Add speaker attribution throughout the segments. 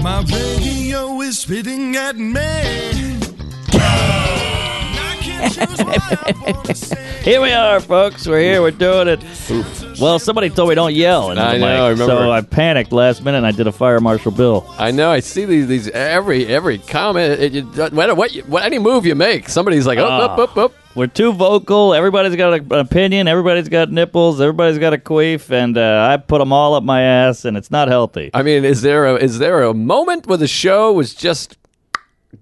Speaker 1: My radio is spitting at me. I can't choose what I wanna say.
Speaker 2: Here we are, folks. We're here. We're doing it. Well, somebody told me don't yell. into
Speaker 3: I
Speaker 2: the
Speaker 3: know,
Speaker 2: mic,
Speaker 3: I remember.
Speaker 2: So I panicked last minute and I did a fire marshal bill.
Speaker 3: I know. I see these, these every every comment. It, it, no matter what, you, what any move you make, somebody's like, up, up, up, up.
Speaker 2: We're too vocal. Everybody's got a- an opinion. Everybody's got nipples. Everybody's got a queef. And uh, I put them all up my ass, and it's not healthy.
Speaker 3: I mean, is there a is there a moment where the show was just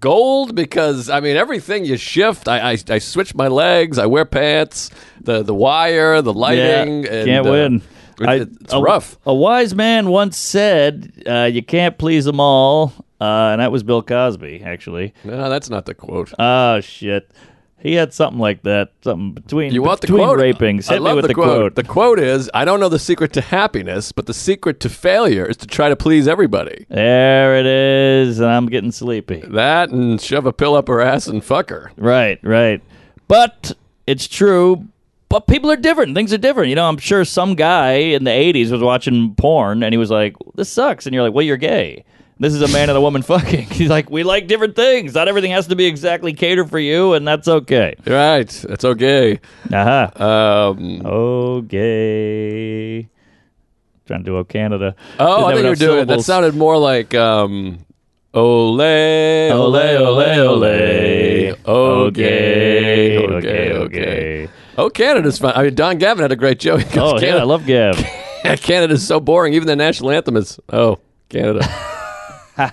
Speaker 3: gold? Because I mean, everything you shift, I I, I switch my legs, I wear pants, the the wire, the lighting.
Speaker 2: Yeah,
Speaker 3: and,
Speaker 2: can't
Speaker 3: uh,
Speaker 2: win.
Speaker 3: it-
Speaker 2: I-
Speaker 3: it's
Speaker 2: a-
Speaker 3: rough.
Speaker 2: A wise man once said, uh, "You can't please them all," uh, and that was Bill Cosby, actually.
Speaker 3: No, that's not the quote.
Speaker 2: Oh shit, he had something like that. Something between
Speaker 3: You want the
Speaker 2: between
Speaker 3: quote?
Speaker 2: rapings.
Speaker 3: I
Speaker 2: Hit
Speaker 3: love
Speaker 2: me with
Speaker 3: the,
Speaker 2: the,
Speaker 3: quote. The quote is, "I don't know the secret to happiness, but the secret to failure is to try to please everybody."
Speaker 2: There it is, and I'm getting sleepy.
Speaker 3: That and shove a pill up her ass and fuck her.
Speaker 2: Right, right. But it's true. But people are different. Things are different. You know, I'm sure some guy in the 80s was watching porn and he was like, this sucks. And you're like, well, you're gay. This is a man and a woman fucking. He's like, we like different things. Not everything has to be exactly catered for you, and that's okay.
Speaker 3: Right, that's okay.
Speaker 2: Uh huh.
Speaker 3: Um,
Speaker 2: Oh, gay. Trying to do Oh Canada.
Speaker 3: oh, I
Speaker 2: Didn't
Speaker 3: think you were
Speaker 2: have
Speaker 3: doing it. That
Speaker 2: enough syllables.
Speaker 3: sounded more like um, ole, ole, ole, ole. Oh, gay, oh, gay, oh, gay. Oh, Canada's fun. I mean, Don Gavin had a great joke. He goes,
Speaker 2: Oh, yeah, I love Gav.
Speaker 3: Canada, Canada's so boring. Even the national anthem is, oh, Canada.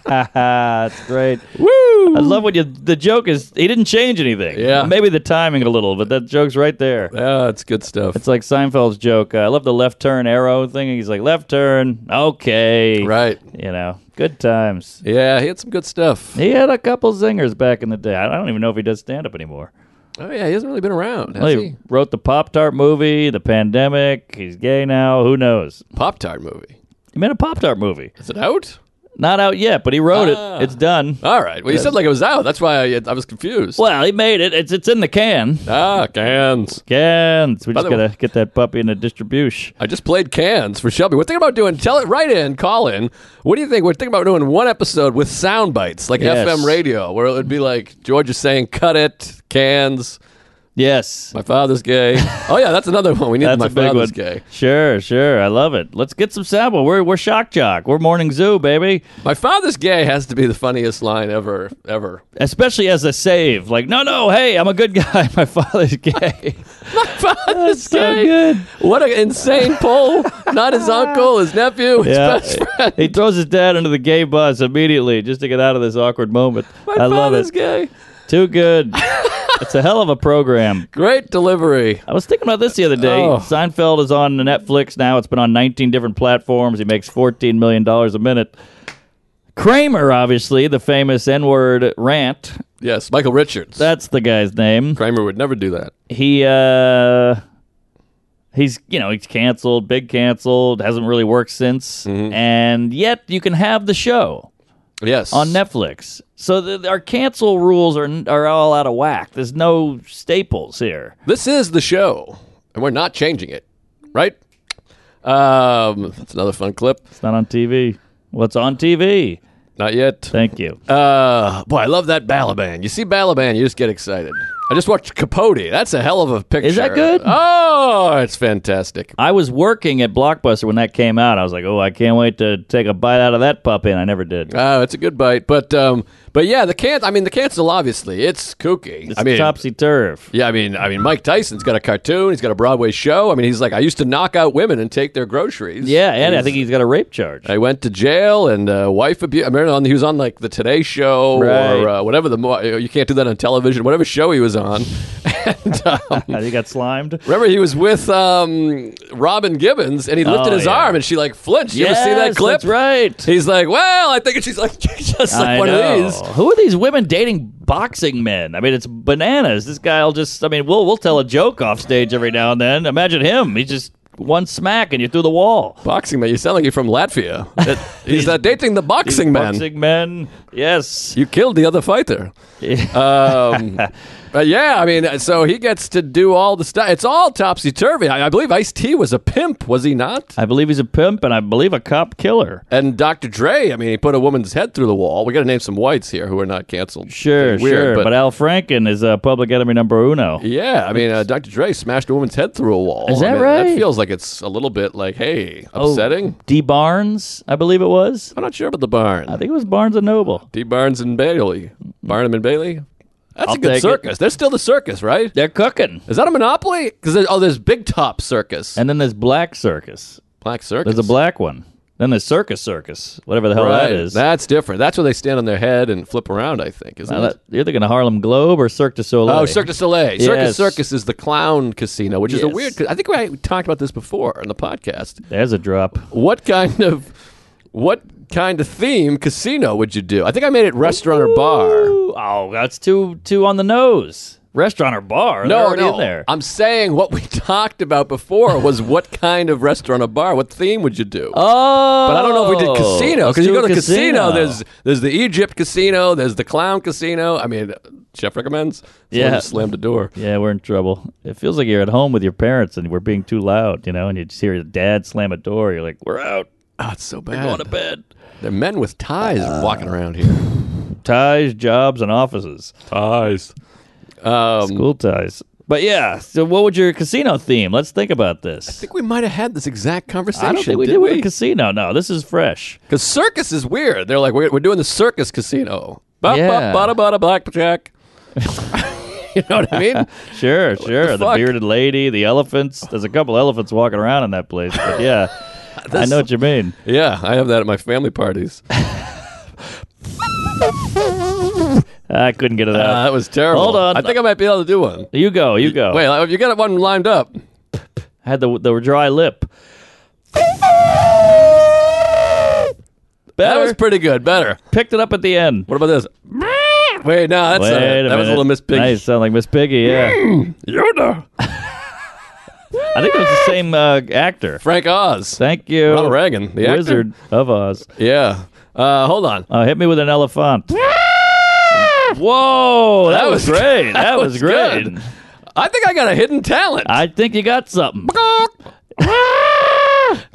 Speaker 2: That's great.
Speaker 3: Woo!
Speaker 2: I love when you. The joke is he didn't change anything.
Speaker 3: Yeah.
Speaker 2: maybe the timing a little, but that joke's right there.
Speaker 3: Yeah, Ah, it's good stuff.
Speaker 2: It's like Seinfeld's joke. Uh, I love the left turn arrow thing. He's like left turn, okay,
Speaker 3: right.
Speaker 2: You know, good times.
Speaker 3: Yeah, he had some good stuff.
Speaker 2: He had a couple zingers back in the day. I don't even know if he does stand up anymore.
Speaker 3: Oh, yeah, he hasn't really been around, has
Speaker 2: Well,
Speaker 3: he?
Speaker 2: he wrote the Pop Tart movie, the pandemic. He's gay now. Who knows?
Speaker 3: Pop-Tart movie.
Speaker 2: He made a Pop Tart movie.
Speaker 3: Is it out?
Speaker 2: Not out yet, but he wrote
Speaker 3: Ah.
Speaker 2: it. It's done.
Speaker 3: All right. Well, you said like it was out. That's why I, I was confused.
Speaker 2: Well, he made it. It's it's in the can.
Speaker 3: Ah, cans.
Speaker 2: Cans. We
Speaker 3: By
Speaker 2: just
Speaker 3: the way-
Speaker 2: gotta get that puppy in a distribution.
Speaker 3: I just played cans for Shelby. We're thinking about doing. Tell it right in. Call in. What do you think? We're thinking about doing one episode with sound bites, like
Speaker 2: Yes.
Speaker 3: FM radio, where it would be like George is saying, "Cut it, cans."
Speaker 2: Yes.
Speaker 3: My father's gay. oh yeah, that's another one. We need.
Speaker 2: That's
Speaker 3: my
Speaker 2: a big
Speaker 3: father's
Speaker 2: one.
Speaker 3: gay.
Speaker 2: Sure, sure. I love it. Let's get some sample. We're we're shock jock. We're morning zoo, baby.
Speaker 3: My father's gay has to be the funniest line ever, ever.
Speaker 2: Especially as a save. Like, no, no, hey, I'm a good guy. My father's gay.
Speaker 3: Father's
Speaker 2: so
Speaker 3: gay.
Speaker 2: good.
Speaker 3: What an insane poll. Not his uncle, his nephew, his
Speaker 2: Yeah.
Speaker 3: best friend.
Speaker 2: he throws his dad under the gay bus immediately just to get out of this awkward moment.
Speaker 3: My
Speaker 2: I love
Speaker 3: father's
Speaker 2: it.
Speaker 3: gay.
Speaker 2: Too good. it's a hell of a program.
Speaker 3: Great delivery.
Speaker 2: I was thinking about this the other day.
Speaker 3: Oh.
Speaker 2: Seinfeld is on Netflix now. It's been on 19 different platforms. He makes $14 million a minute. Kramer, obviously, the famous N word rant.
Speaker 3: Yes, Michael Richards.
Speaker 2: That's the guy's name.
Speaker 3: Kramer would never do that.
Speaker 2: He, uh, he's, you know, he's canceled, big canceled, hasn't really worked since. And yet you can have the show
Speaker 3: Yes.
Speaker 2: on Netflix. So the, our cancel rules are, are all out of whack. There's no staples here.
Speaker 3: This is the show, and we're not changing it, right? Um, that's another fun clip.
Speaker 2: It's not on TV. What's on TV?
Speaker 3: Not yet.
Speaker 2: Thank you.
Speaker 3: Uh, boy, I love that Balaban. You see Balaban, you just get excited. I just watched Capote. That's a hell of a picture.
Speaker 2: that good?
Speaker 3: Oh, it's fantastic.
Speaker 2: I was working at Blockbuster when that came out. I was like, oh, I can't wait to take a bite out of that puppy, and I never did.
Speaker 3: Oh, it's a good bite, but um, but yeah, the can. I mean, the cancel. Obviously, it's kooky.
Speaker 2: It's
Speaker 3: I mean,
Speaker 2: topsy turv.
Speaker 3: Yeah, I mean, I mean, Mike Tyson's got a cartoon. He's got a Broadway show. I mean, he's like, I used to knock out women and take their groceries.
Speaker 2: Yeah, and I think he's got a rape charge.
Speaker 3: I went to jail and uh, wife abuse. I remember on, he was on like the Today Show
Speaker 2: Right.
Speaker 3: or uh, whatever the mo- you can't do that on television. Whatever show he was on,
Speaker 2: he got slimed.
Speaker 3: Remember, he was with um, Robin Gibbons, and he lifted
Speaker 2: Oh,
Speaker 3: his
Speaker 2: yeah.
Speaker 3: arm, and she like flinched. You ever see that
Speaker 2: Yes,
Speaker 3: clip?
Speaker 2: That's right.
Speaker 3: He's like, "Well, I think," and she's like, "Just like
Speaker 2: I
Speaker 3: one
Speaker 2: know.
Speaker 3: of these."
Speaker 2: Who are these women dating boxing men? I mean, it's bananas. This guy'll just. I mean, we'll we'll tell a joke off stage every now and then. Imagine him. He just one smack and you're through the wall.
Speaker 3: Boxing man, you sound like you're from Latvia. That- he's uh, dating the boxing man.
Speaker 2: Boxing men. Yes.
Speaker 3: You killed the other fighter. Um, but yeah, I mean, so he gets to do all the stuff. It's all topsy turvy. I, I believe Ice T was a pimp, was he not?
Speaker 2: I believe he's a pimp and I believe a cop killer.
Speaker 3: And Dr. Dre, I mean, he put a woman's head through the wall. We got to name some whites here who are not canceled.
Speaker 2: Sure,
Speaker 3: Weird,
Speaker 2: sure.
Speaker 3: but-
Speaker 2: But, Al Franken is uh, public enemy number uno.
Speaker 3: Yeah, I mean, uh, Dr. Dre smashed a woman's head through a wall.
Speaker 2: Is
Speaker 3: I
Speaker 2: that
Speaker 3: mean, That
Speaker 2: right?
Speaker 3: feels like it's a little bit like, hey, upsetting.
Speaker 2: Oh, D. Barnes, I believe it was.
Speaker 3: I'm not sure about the barn.
Speaker 2: I think it was Barnes and Noble.
Speaker 3: D. Barnes and Bailey. Barnum and Bailey. That's
Speaker 2: I'll
Speaker 3: a good
Speaker 2: take it.
Speaker 3: circus. They're still the circus, right?
Speaker 2: They're cooking.
Speaker 3: Is that a monopoly? Because there's, oh, there's Big Top Circus,
Speaker 2: And then there's Black Circus.
Speaker 3: Black Circus.
Speaker 2: There's a black one. Then there's Circus Circus, whatever the hell
Speaker 3: Right.
Speaker 2: that is.
Speaker 3: That's different. That's where they stand on their head and flip around. I think isn't
Speaker 2: Now
Speaker 3: it?
Speaker 2: that- you're thinking of Harlem Globe or Cirque du Soleil.
Speaker 3: Oh, Cirque du Soleil. Circus
Speaker 2: Yes.
Speaker 3: Circus is the clown casino, which is a
Speaker 2: Yes.
Speaker 3: weird. I think we talked about this before on the podcast.
Speaker 2: There's a drop.
Speaker 3: What kind of what kind of theme casino would you do? I think I made it restaurant or bar.
Speaker 2: Ooh, oh, that's too too on the nose. Restaurant or bar? they're
Speaker 3: No,
Speaker 2: already
Speaker 3: no.
Speaker 2: in there.
Speaker 3: I'm saying what we talked about before was what kind of restaurant or bar. What theme would you do?
Speaker 2: oh,
Speaker 3: But I don't know if we did casino because you go to casino,
Speaker 2: casino.
Speaker 3: There's there's the Egypt casino. There's the clown casino. I mean, chef recommends. Someone
Speaker 2: Yeah.
Speaker 3: just slammed a door.
Speaker 2: Yeah, we're in trouble. It feels like you're at home with your parents and we're being too loud, you know, and you just hear your dad slam a door. You're like, we're out.
Speaker 3: Oh, it's so
Speaker 2: We're going to
Speaker 3: bad.
Speaker 2: bed.
Speaker 3: They're men with ties
Speaker 2: Uh,
Speaker 3: walking around here.
Speaker 2: Ties, jobs, and offices.
Speaker 3: Ties. Um, I
Speaker 2: School ties. But yeah, so what would your casino theme? Let's think about this.
Speaker 3: think we might have had this exact conversation.
Speaker 2: I don't think we did,
Speaker 3: did
Speaker 2: with a casino. No, this is fresh.
Speaker 3: Because circus is weird. They're like, we're, we're doing the circus casino. Bop,
Speaker 2: Yeah.
Speaker 3: bop, bada, bada, blackjack. you know what I mean?
Speaker 2: Sure, sure.
Speaker 3: the
Speaker 2: The,
Speaker 3: fuck?
Speaker 2: bearded lady, the elephants. There's a couple elephants walking around in that place. But yeah, I know what you mean.
Speaker 3: Yeah, I have that at my family parties.
Speaker 2: I couldn't get it
Speaker 3: Uh,
Speaker 2: out.
Speaker 3: that was terrible.
Speaker 2: Hold on.
Speaker 3: I think I might be able to do one.
Speaker 2: you go, you go.
Speaker 3: Wait, you got one lined up.
Speaker 2: I had the the dry lip.
Speaker 3: That was
Speaker 2: Better.
Speaker 3: pretty good. Better.
Speaker 2: Picked it up at the end.
Speaker 3: What about this? Wait, no, that's
Speaker 2: Wait
Speaker 3: not it.
Speaker 2: a
Speaker 3: that was a
Speaker 2: minute.
Speaker 3: little Miss Piggy.
Speaker 2: Nice, sound like Miss Piggy. Yeah,
Speaker 3: Yoda.
Speaker 2: I think it was the same uh, actor.
Speaker 3: Frank Oz.
Speaker 2: Thank you,
Speaker 3: Ronald Reagan, the actor.
Speaker 2: Wizard of Oz.
Speaker 3: Yeah. Uh, hold on.
Speaker 2: Uh, hit me with an elephant. Whoa, that,
Speaker 3: That
Speaker 2: was,
Speaker 3: was-
Speaker 2: great. That,
Speaker 3: that
Speaker 2: was,
Speaker 3: was
Speaker 2: great.
Speaker 3: good. I think I got a hidden talent.
Speaker 2: I think you got something.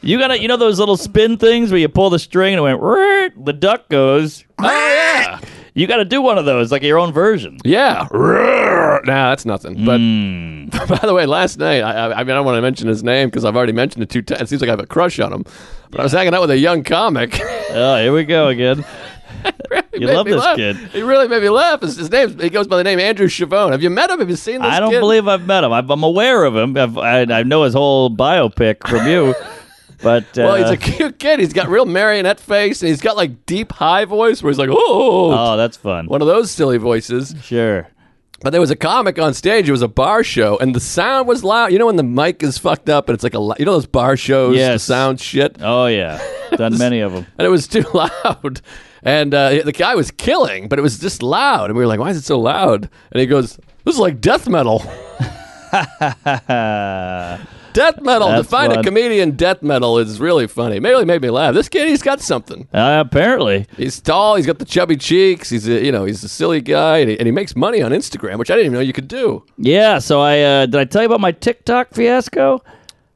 Speaker 2: You got to you know those little spin things where you pull the string and it went. "Rrrt," The duck goes.
Speaker 3: oh yeah.
Speaker 2: You got to do one of those, like your own version.
Speaker 3: Yeah. Nah, that's nothing. But
Speaker 2: Hmm.
Speaker 3: by the way, last night, I, I- I mean, I don't want to mention his name because I've already mentioned it two times. It seems like I have a crush on him. But I was hanging out with a young comic.
Speaker 2: Oh, here we go again.
Speaker 3: He
Speaker 2: You
Speaker 3: made
Speaker 2: love
Speaker 3: me
Speaker 2: this
Speaker 3: laugh.
Speaker 2: kid.
Speaker 3: He really made me laugh. His, his name he goes by the name Andrew Chavone. Have you met him? Have you seen this
Speaker 2: I don't
Speaker 3: kid?
Speaker 2: believe I've met him. I'm, I'm aware of him. I've, I, I know his whole biopic from you, but uh,
Speaker 3: Well, he's a cute kid. He's got real marionette face, and he's got like deep high voice where he's like, "Oh, oh, oh."
Speaker 2: oh, that's fun.
Speaker 3: one of those silly voices.
Speaker 2: Sure.
Speaker 3: But there was a comic on stage. It was a bar show, and the sound was loud. You know when the mic is fucked up, and it's like a lo- you know those bar shows, the
Speaker 2: Yes.
Speaker 3: sound shit,
Speaker 2: Oh yeah, done many of them.
Speaker 3: and it was too loud. And uh, the guy was killing, but it was just loud, and we were like, "Why is it so loud?" And he goes, "This is like death metal." Death metal. To
Speaker 2: That's
Speaker 3: find a
Speaker 2: fun.
Speaker 3: comedian, death metal is really funny. Really made me laugh. This kid, he's got something.
Speaker 2: Uh, apparently,
Speaker 3: He's tall. He's got the chubby cheeks. He's a, you know he's a silly guy, and he, and he makes money on Instagram, which I didn't even know you could do.
Speaker 2: yeah. So I uh, did I tell you about my TikTok fiasco?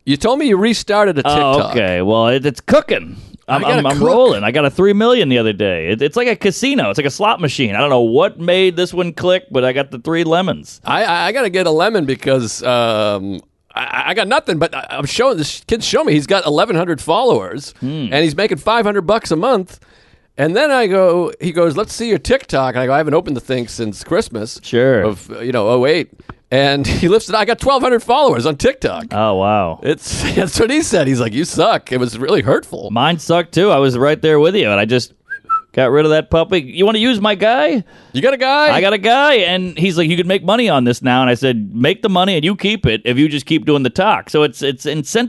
Speaker 3: You told me you restarted a TikTok.
Speaker 2: Oh, okay. Well, it, it's cooking. I'm,
Speaker 3: gotta
Speaker 2: I'm, I'm
Speaker 3: cook.
Speaker 2: rolling. I got a three million the other day. It, it's like a casino. It's like a slot machine. I don't know what made this one click, but I got the three lemons.
Speaker 3: I, I, I got to get a lemon because um, I, I got nothing. But I, I'm showing this kid's showing me he's got 1,100 followers
Speaker 2: Hmm.
Speaker 3: and he's making 500 bucks a month. And then I go, he goes, let's see your TikTok. And I go, I haven't opened the thing since Christmas.
Speaker 2: Sure.
Speaker 3: Of, you know, 08. And he lifts it. I got 1,200 followers on TikTok.
Speaker 2: Oh wow.
Speaker 3: it's That's what he said. He's like, you suck. It was really hurtful.
Speaker 2: Mine sucked too. I was right there with you, and I just Got rid of that puppy. You want to use my guy?
Speaker 3: You got a guy?
Speaker 2: I got a guy, and he's like, you could make money on this now. And I said, make the money and you keep it if you just keep doing the talk. So it's it's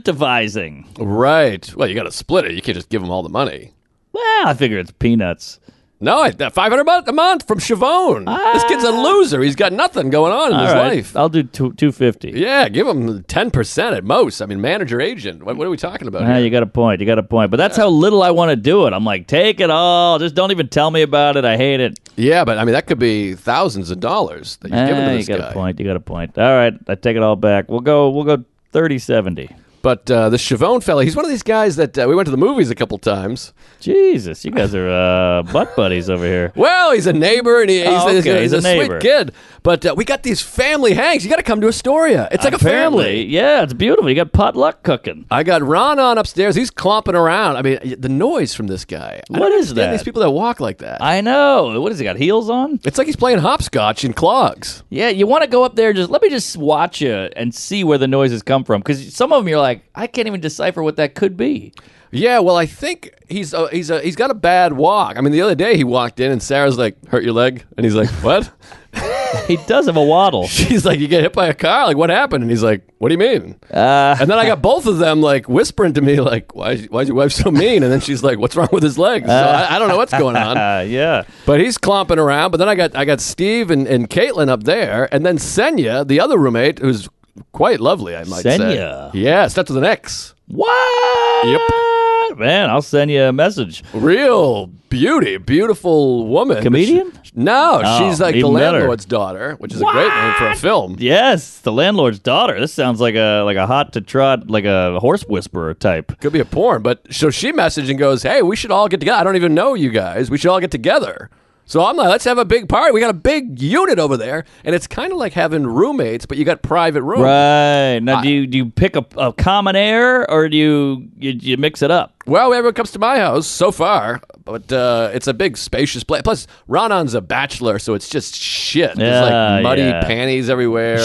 Speaker 2: incentivizing.
Speaker 3: right. Well, you got to split it. You can't just give them all the money.
Speaker 2: Well, I figure it's peanuts.
Speaker 3: No, I, that 500 bucks a month from Chavone. this kid's a loser. He's got nothing going on in
Speaker 2: Ah. All
Speaker 3: his
Speaker 2: right,
Speaker 3: life.
Speaker 2: I'll do two two fifty.
Speaker 3: yeah, give him 10% at most. I mean, manager, agent. What, what are we talking about
Speaker 2: Ah,
Speaker 3: here?
Speaker 2: you got a point. You got a point. But that's how little I want to do it. I'm like, take it all. Just don't even tell me about it. I hate it.
Speaker 3: Yeah, but I mean, that could be thousands of dollars that you've given
Speaker 2: Ah,
Speaker 3: to
Speaker 2: you
Speaker 3: this
Speaker 2: got
Speaker 3: guy.
Speaker 2: a point. You got a point. All right, I take it all back. We'll go. We'll go 30-70.
Speaker 3: But uh, the Chavone fella, he's one of these guys that uh, we went to the movies a couple times.
Speaker 2: Jesus, you guys are uh, butt buddies over here.
Speaker 3: Well, he's a neighbor, and he, he's,
Speaker 2: Oh,
Speaker 3: he's,
Speaker 2: okay,
Speaker 3: he's
Speaker 2: he's a
Speaker 3: a,
Speaker 2: neighbor.
Speaker 3: sweet kid. But uh, we got these family hangs. You got to come to Astoria. It's like a family.
Speaker 2: yeah, it's beautiful. You got potluck cooking.
Speaker 3: I got Ron on upstairs. He's clomping around. I mean, the noise from this guy. I
Speaker 2: What
Speaker 3: don't
Speaker 2: is
Speaker 3: understand
Speaker 2: that?
Speaker 3: These people that walk like that.
Speaker 2: I know. What has he got? Heels on?
Speaker 3: it's like he's playing hopscotch in clogs.
Speaker 2: Yeah, you want to go up there. Just let me just watch you and see where the noises come from. Because some of them, you're like, I can't even decipher what that could be.
Speaker 3: Yeah, well, I think he's uh, he's uh, he's got a bad walk. I mean, the other day he walked in and Sarah's like, "Hurt your leg?" And he's like, "What?"
Speaker 2: He does have a waddle.
Speaker 3: She's like, "You get hit by a car? Like, what happened?" And he's like, "What do you mean?"
Speaker 2: Uh,
Speaker 3: And then I got both of them like whispering to me, like, "Why is, why is your wife so mean?" And then she's like, "What's wrong with his legs?" So I, I don't know what's going on.
Speaker 2: uh, yeah.
Speaker 3: But he's clomping around. But then I got I got Steve and, and Caitlin up there, and then Senya, the other roommate, who's quite lovely, I might
Speaker 2: Senya.
Speaker 3: say. Yeah, starts with an X.
Speaker 2: What? Yep. Man, I'll send you a message.
Speaker 3: Real beauty, beautiful woman.
Speaker 2: Comedian?
Speaker 3: She- no,
Speaker 2: Oh,
Speaker 3: she's like the
Speaker 2: even better.
Speaker 3: landlord's daughter, which is a great name for a film.
Speaker 2: Yes, the landlord's daughter. This sounds like a like a hot to trot, like a horse whisperer type.
Speaker 3: Could be a porn, but so she messaged and goes, "Hey, we should all get together. I don't even know you guys. We should all get together." So I'm like, "Let's have a big party. We got a big unit over there, and it's kind of like having roommates, but you got private rooms."
Speaker 2: Right now, do you do you pick a, a common air or do you, you you mix it up?
Speaker 3: Well, everyone comes to my house so far, but uh, it's a big, spacious place. Plus, Ronan's a bachelor, so it's just shit. There's
Speaker 2: Yeah,
Speaker 3: like muddy
Speaker 2: yeah.
Speaker 3: panties everywhere.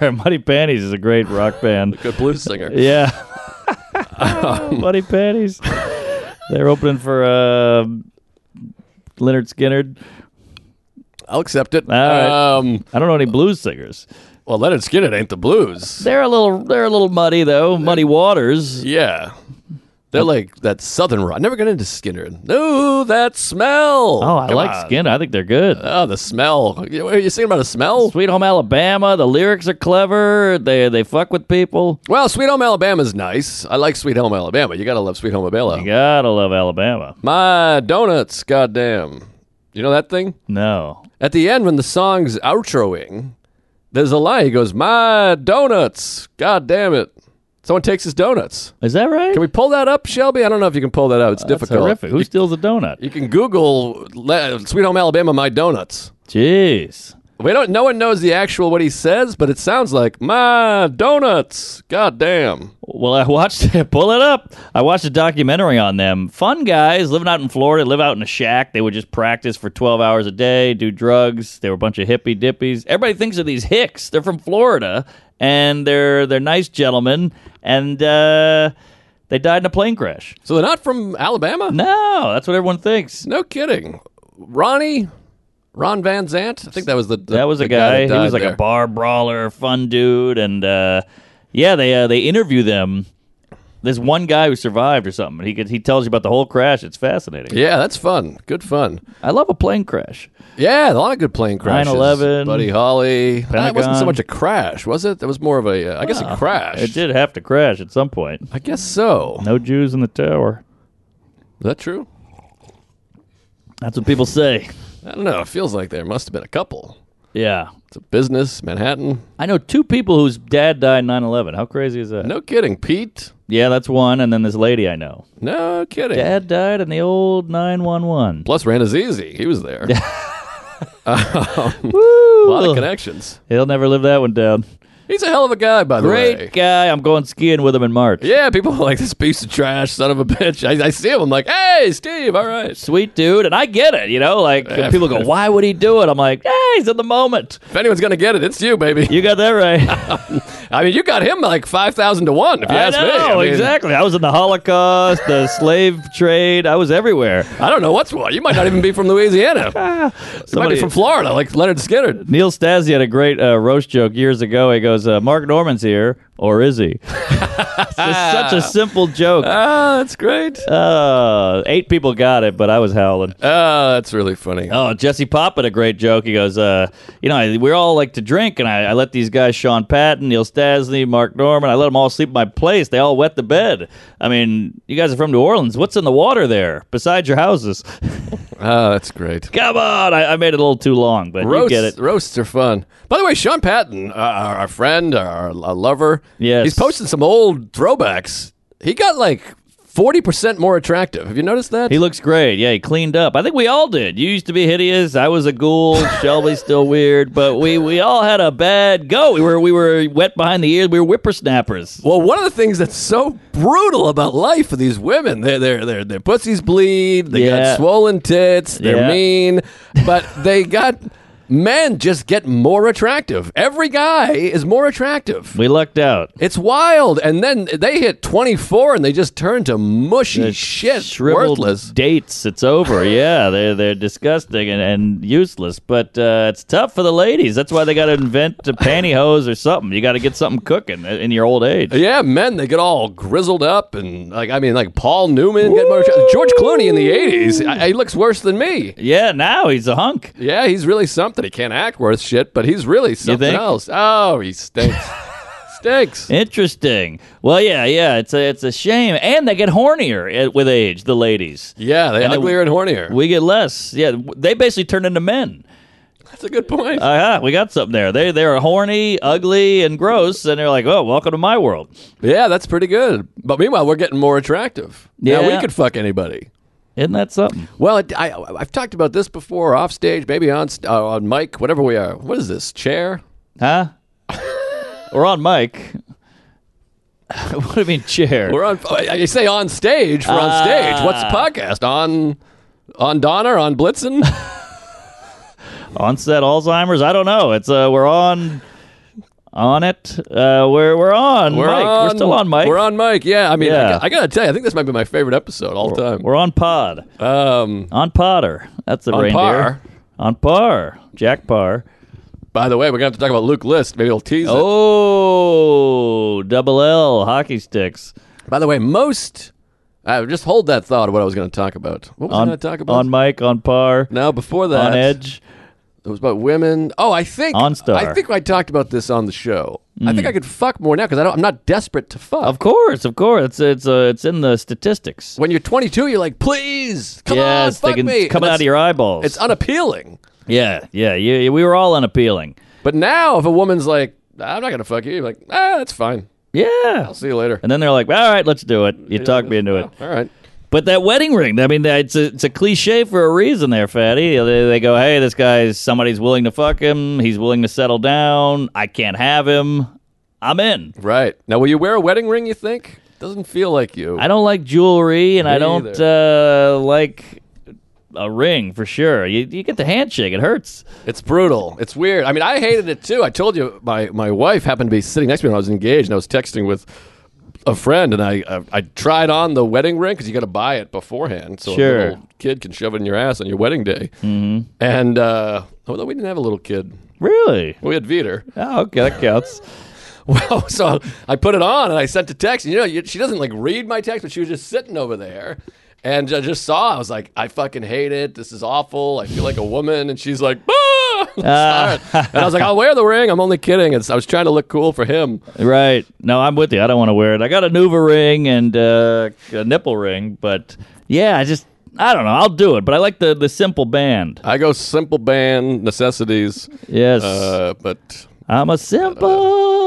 Speaker 3: and
Speaker 2: Muddy Panties is a great rock band. Um,
Speaker 3: Good blues singer.
Speaker 2: Yeah, Muddy Panties. They're opening for uh, Leonard Skinner.
Speaker 3: I'll accept it.
Speaker 2: right.
Speaker 3: um,
Speaker 2: I don't know any blues singers.
Speaker 3: well, Leonard Skinner ain't the blues.
Speaker 2: They're a little they're a little muddy though. Muddy Waters.
Speaker 3: Yeah. They're like that southern rock. I never got into Skinner. No, that smell.
Speaker 2: Oh, I
Speaker 3: Come
Speaker 2: like
Speaker 3: on.
Speaker 2: Skinner. I think they're good.
Speaker 3: Oh, the smell. You- Are you singing about a smell?
Speaker 2: Uh, Sweet Home Alabama. The lyrics are clever. They they fuck with people.
Speaker 3: Well, Sweet Home Alabama's nice. I like Sweet Home Alabama. You gotta love Sweet Home Alabama.
Speaker 2: You gotta love Alabama.
Speaker 3: My donuts, goddamn. You know that thing?
Speaker 2: No.
Speaker 3: At the end, when the song's outroing, there's a line. He goes, "My donuts, god damn it! Someone takes his donuts."
Speaker 2: Is that right?
Speaker 3: Can we pull that up, Shelby? I don't know if you can pull that up. It's
Speaker 2: Uh, That's
Speaker 3: difficult.
Speaker 2: horrific. Who steals a donut?
Speaker 3: You can Google Le- "Sweet Home Alabama," my donuts.
Speaker 2: Jeez.
Speaker 3: We don't. No one knows the actual what he says, but it sounds like "my donuts." God damn.
Speaker 2: Well, I watched pull it up. I watched a documentary on them. Fun guys living out in Florida, live out in a shack. They would just practice for 12 hours a day, do drugs. They were a bunch of hippie dippies. Everybody thinks of these hicks. They're from Florida and they're they're nice gentlemen and uh, they died in a plane crash.
Speaker 3: So they're not from Alabama.
Speaker 2: No, that's what everyone thinks.
Speaker 3: No kidding. Ronnie, Ron Van Zant. I think that was the, the-
Speaker 2: that was a
Speaker 3: the
Speaker 2: guy.
Speaker 3: that
Speaker 2: he
Speaker 3: died
Speaker 2: was like
Speaker 3: there.
Speaker 2: a bar brawler, fun dude, and uh, yeah, they uh, they interview them. There's one guy who survived or something. He could, he tells you about the whole crash. It's fascinating.
Speaker 3: Yeah, that's fun. Good fun.
Speaker 2: I love a plane crash.
Speaker 3: Yeah, a lot of good plane crashes.
Speaker 2: 9/11,
Speaker 3: Buddy Holly. That wasn't
Speaker 2: Pentagon.
Speaker 3: so much a crash, was it? That was more of a, uh, I guess, a crash.
Speaker 2: It did have to crash at some point.
Speaker 3: I guess so.
Speaker 2: No Jews in the tower.
Speaker 3: Is that true?
Speaker 2: That's what people say.
Speaker 3: I don't know. It feels like there must have been a couple.
Speaker 2: Yeah.
Speaker 3: It's a business, Manhattan.
Speaker 2: I know two people whose dad died 9 11. How crazy is that?
Speaker 3: No kidding, Pete.
Speaker 2: Yeah, that's one. And then this lady I know.
Speaker 3: No kidding.
Speaker 2: Dad died in the old 911.
Speaker 3: Plus, Rand Azizi. He was there. a lot of connections.
Speaker 2: He'll never live that one down.
Speaker 3: He's a hell of a guy, by the way.
Speaker 2: Great guy. I'm going skiing with him in March.
Speaker 3: Yeah, people are like this piece of trash, son of a bitch. I, I see him. I'm like, hey, Steve. All right.
Speaker 2: Sweet dude, and I get it. You know, like
Speaker 3: Yeah.
Speaker 2: people go, "Why would he do it?" I'm like, "Yeah, he's in the moment."
Speaker 3: If anyone's gonna get it, it's you, baby.
Speaker 2: You got that right.
Speaker 3: I mean, you got him like five thousand to one. If you
Speaker 2: I
Speaker 3: ask me,
Speaker 2: know
Speaker 3: I mean,
Speaker 2: exactly. I was in the Holocaust, the slave trade. I was everywhere.
Speaker 3: I don't know what's what. You might not even be from Louisiana. you might be
Speaker 2: Somebody-
Speaker 3: from Florida, like Leonard Skinner.
Speaker 2: Neil Stasi had a great uh, roast joke years ago. He goes, uh, "Mark Norman's here, or is he?" it's just such a simple joke.
Speaker 3: Ah, that's great.
Speaker 2: Uh, eight people got it, but I was howling.
Speaker 3: Ah, that's really funny.
Speaker 2: Oh, Jesse Pop had a great joke. He goes, uh, you know, I, we all like to drink, and I, I let these guys, Sean Patton, Neil Stasny, Mark Norman, I let them all sleep in my place. They all wet the bed. I mean, you guys are from New Orleans. What's in the water there besides your houses?
Speaker 3: Ah, that's great.
Speaker 2: Come on. I, I made it a little too long, but
Speaker 3: Roasts,
Speaker 2: you get it.
Speaker 3: roasts are fun. By the way, Sean Patton, uh, our, our friend, our, our lover,
Speaker 2: Yes.
Speaker 3: he's posted some old throwbacks. He got like forty percent more attractive. Have you noticed that?
Speaker 2: He looks great. Yeah, he cleaned up. I think we all did. You used to be hideous. I was a ghoul. Shelby's still weird, but we, we all had a bad go. We were we were wet behind the ears. We were whippersnappers.
Speaker 3: Well, one of the things that's so brutal about life for these women, their their their their pussies bleed, they
Speaker 2: Yeah.
Speaker 3: got swollen tits, they're
Speaker 2: Yeah.
Speaker 3: mean, but they got men just get more attractive. Every guy is more attractive.
Speaker 2: We lucked out.
Speaker 3: It's wild, and then they hit 24 and they just turn to mushy
Speaker 2: They're
Speaker 3: shit,
Speaker 2: shriveled
Speaker 3: worthless.
Speaker 2: dates. It's over. Yeah, they're they're disgusting and, and useless. But uh, it's tough for the ladies. That's why they got to invent the pantyhose or something. You got to get something cooking in your old age.
Speaker 3: Yeah, men they get all grizzled up and like I mean like Paul Newman get more attra- George Clooney in the 80s, I, he looks worse than me.
Speaker 2: Yeah, now he's a hunk.
Speaker 3: Yeah, he's really something. He can't act worth shit, but he's really something
Speaker 2: think?
Speaker 3: else. Oh, he stinks. stinks.
Speaker 2: Interesting. Well, yeah, yeah. It's a it's a shame, and they get hornier at- with age. The ladies,
Speaker 3: Yeah, they
Speaker 2: And then
Speaker 3: uglier and hornier.
Speaker 2: we get less. Yeah, w- they basically turn into men.
Speaker 3: That's a good point.
Speaker 2: Uh huh. We got something there. They they are horny, ugly, and gross, and they're like, oh, welcome to my world.
Speaker 3: yeah, that's pretty good. But meanwhile, we're getting more attractive. Now we
Speaker 2: Yeah.
Speaker 3: could fuck anybody.
Speaker 2: Isn't that something?
Speaker 3: Well, it, I, I've talked about this before, off stage, maybe on st- uh, on mic, whatever we are. What is this chair?
Speaker 2: Huh? We're on mic. what do you mean chair?
Speaker 3: We're on. oh, I I say on stage. We're
Speaker 2: Ah.
Speaker 3: on stage. What's the podcast on? On Donner? On Blitzen?
Speaker 2: Onset Alzheimer's? I don't know. It's uh we're on on it. Uh we're we're on
Speaker 3: We're
Speaker 2: mic. we're still on mic.
Speaker 3: We're on mic. Yeah, I mean, I
Speaker 2: Yeah.
Speaker 3: got- I, gotta tell you, I think this might be my favorite episode all the time.
Speaker 2: We're on pod.
Speaker 3: Um,
Speaker 2: On Potter. That's a
Speaker 3: On
Speaker 2: reindeer.
Speaker 3: par.
Speaker 2: On par. Jack Parr.
Speaker 3: By the way, we're gonna have to talk about Luke List. Maybe we'll tease it.
Speaker 2: Oh, double L hockey sticks.
Speaker 3: By the way, most uh, just hold that thought of what I was gonna talk about. What was I gonna talk about?
Speaker 2: on mic, on par,
Speaker 3: now before that,
Speaker 2: on edge.
Speaker 3: it was about women. Oh, I think
Speaker 2: On Star. Hmm.
Speaker 3: I think I talked about this on the show. I think I could fuck more now because I'm not desperate to fuck.
Speaker 2: Of course, of course. It's it's uh, it's in the statistics.
Speaker 3: When you're 22, you're like, please, come
Speaker 2: yes,
Speaker 3: on,
Speaker 2: they
Speaker 3: fuck
Speaker 2: can
Speaker 3: me.
Speaker 2: it's coming
Speaker 3: And
Speaker 2: out of
Speaker 3: that's-
Speaker 2: your eyeballs.
Speaker 3: It's unappealing.
Speaker 2: Yeah, yeah, yeah. We were all unappealing.
Speaker 3: But now, if a woman's like, I'm not gonna fuck you, you're like, ah, that's fine.
Speaker 2: Yeah.
Speaker 3: I'll see you later.
Speaker 2: And then they're like, all right, let's do it. You talk me into it.
Speaker 3: All right.
Speaker 2: But that wedding ring, I mean, it's a, it's a cliche for a reason there, Fatty. They, they go, hey, this guy's somebody's willing to fuck him. He's willing to settle down. I can't have him. I'm in.
Speaker 3: Right. Now, will you wear a wedding ring, you think? Doesn't feel like you.
Speaker 2: I don't like jewelry and I
Speaker 3: Me
Speaker 2: don't uh, like a ring for sure. You, you get the handshake, it hurts.
Speaker 3: It's brutal. It's weird. I mean, I hated it too. I told you my, my wife happened to be sitting next to me when I was engaged, and I was texting with a friend, and I I, I tried on the wedding ring because you got to buy it beforehand, so
Speaker 2: Sure.
Speaker 3: a little kid can shove it in your ass on your wedding day. Mm-hmm. And uh, although we didn't have a little kid,
Speaker 2: Really?
Speaker 3: we had Veter.
Speaker 2: Oh, okay, that counts.
Speaker 3: Well, so I put it on and I sent a text. You know, you, she doesn't like read my text, but she was just sitting over there. And I just saw, I was like, I fucking hate it. This is awful. I feel like a woman. And she's like, ah! I'm sorry. and I was like, I'll wear the ring. I'm only kidding. It's, I was trying to look cool for him.
Speaker 2: Right. No, I'm with you. I don't want to wear it. I got a Nuva ring and uh, a nipple ring, but yeah, I just I don't know. I'll do it, but I like the the simple band.
Speaker 3: I go simple band necessities.
Speaker 2: Yes,
Speaker 3: Uh, but
Speaker 2: I'm a simple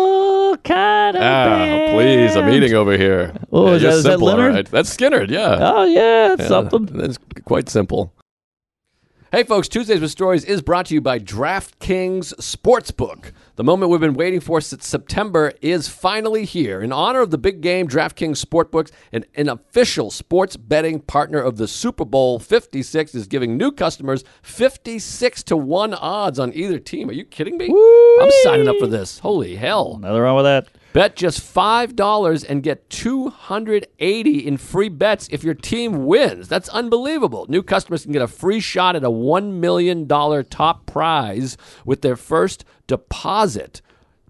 Speaker 2: kind of
Speaker 3: ah,
Speaker 2: band.
Speaker 3: please, I'm eating over here.
Speaker 2: Oh, is
Speaker 3: you're
Speaker 2: that- is that
Speaker 3: simple, all
Speaker 2: Leonard?
Speaker 3: right. That's Skinner. Yeah.
Speaker 2: Oh yeah, it's something.
Speaker 3: That's quite simple. Hey, folks, Tuesdays with Stories is brought to you by DraftKings Sportsbook. The moment we've been waiting for since September is finally here. In honor of the big game, DraftKings Sportsbook, an, an official sports betting partner of the Super Bowl 56, is giving new customers 56 to 1 odds on either team. Are you kidding me? I'm signing up for this. Holy hell.
Speaker 2: Nothing wrong with that.
Speaker 3: Bet just $5 and get 280 in free bets if your team wins. That's unbelievable. New customers can get a free shot at a $1 million top prize with their first deposit.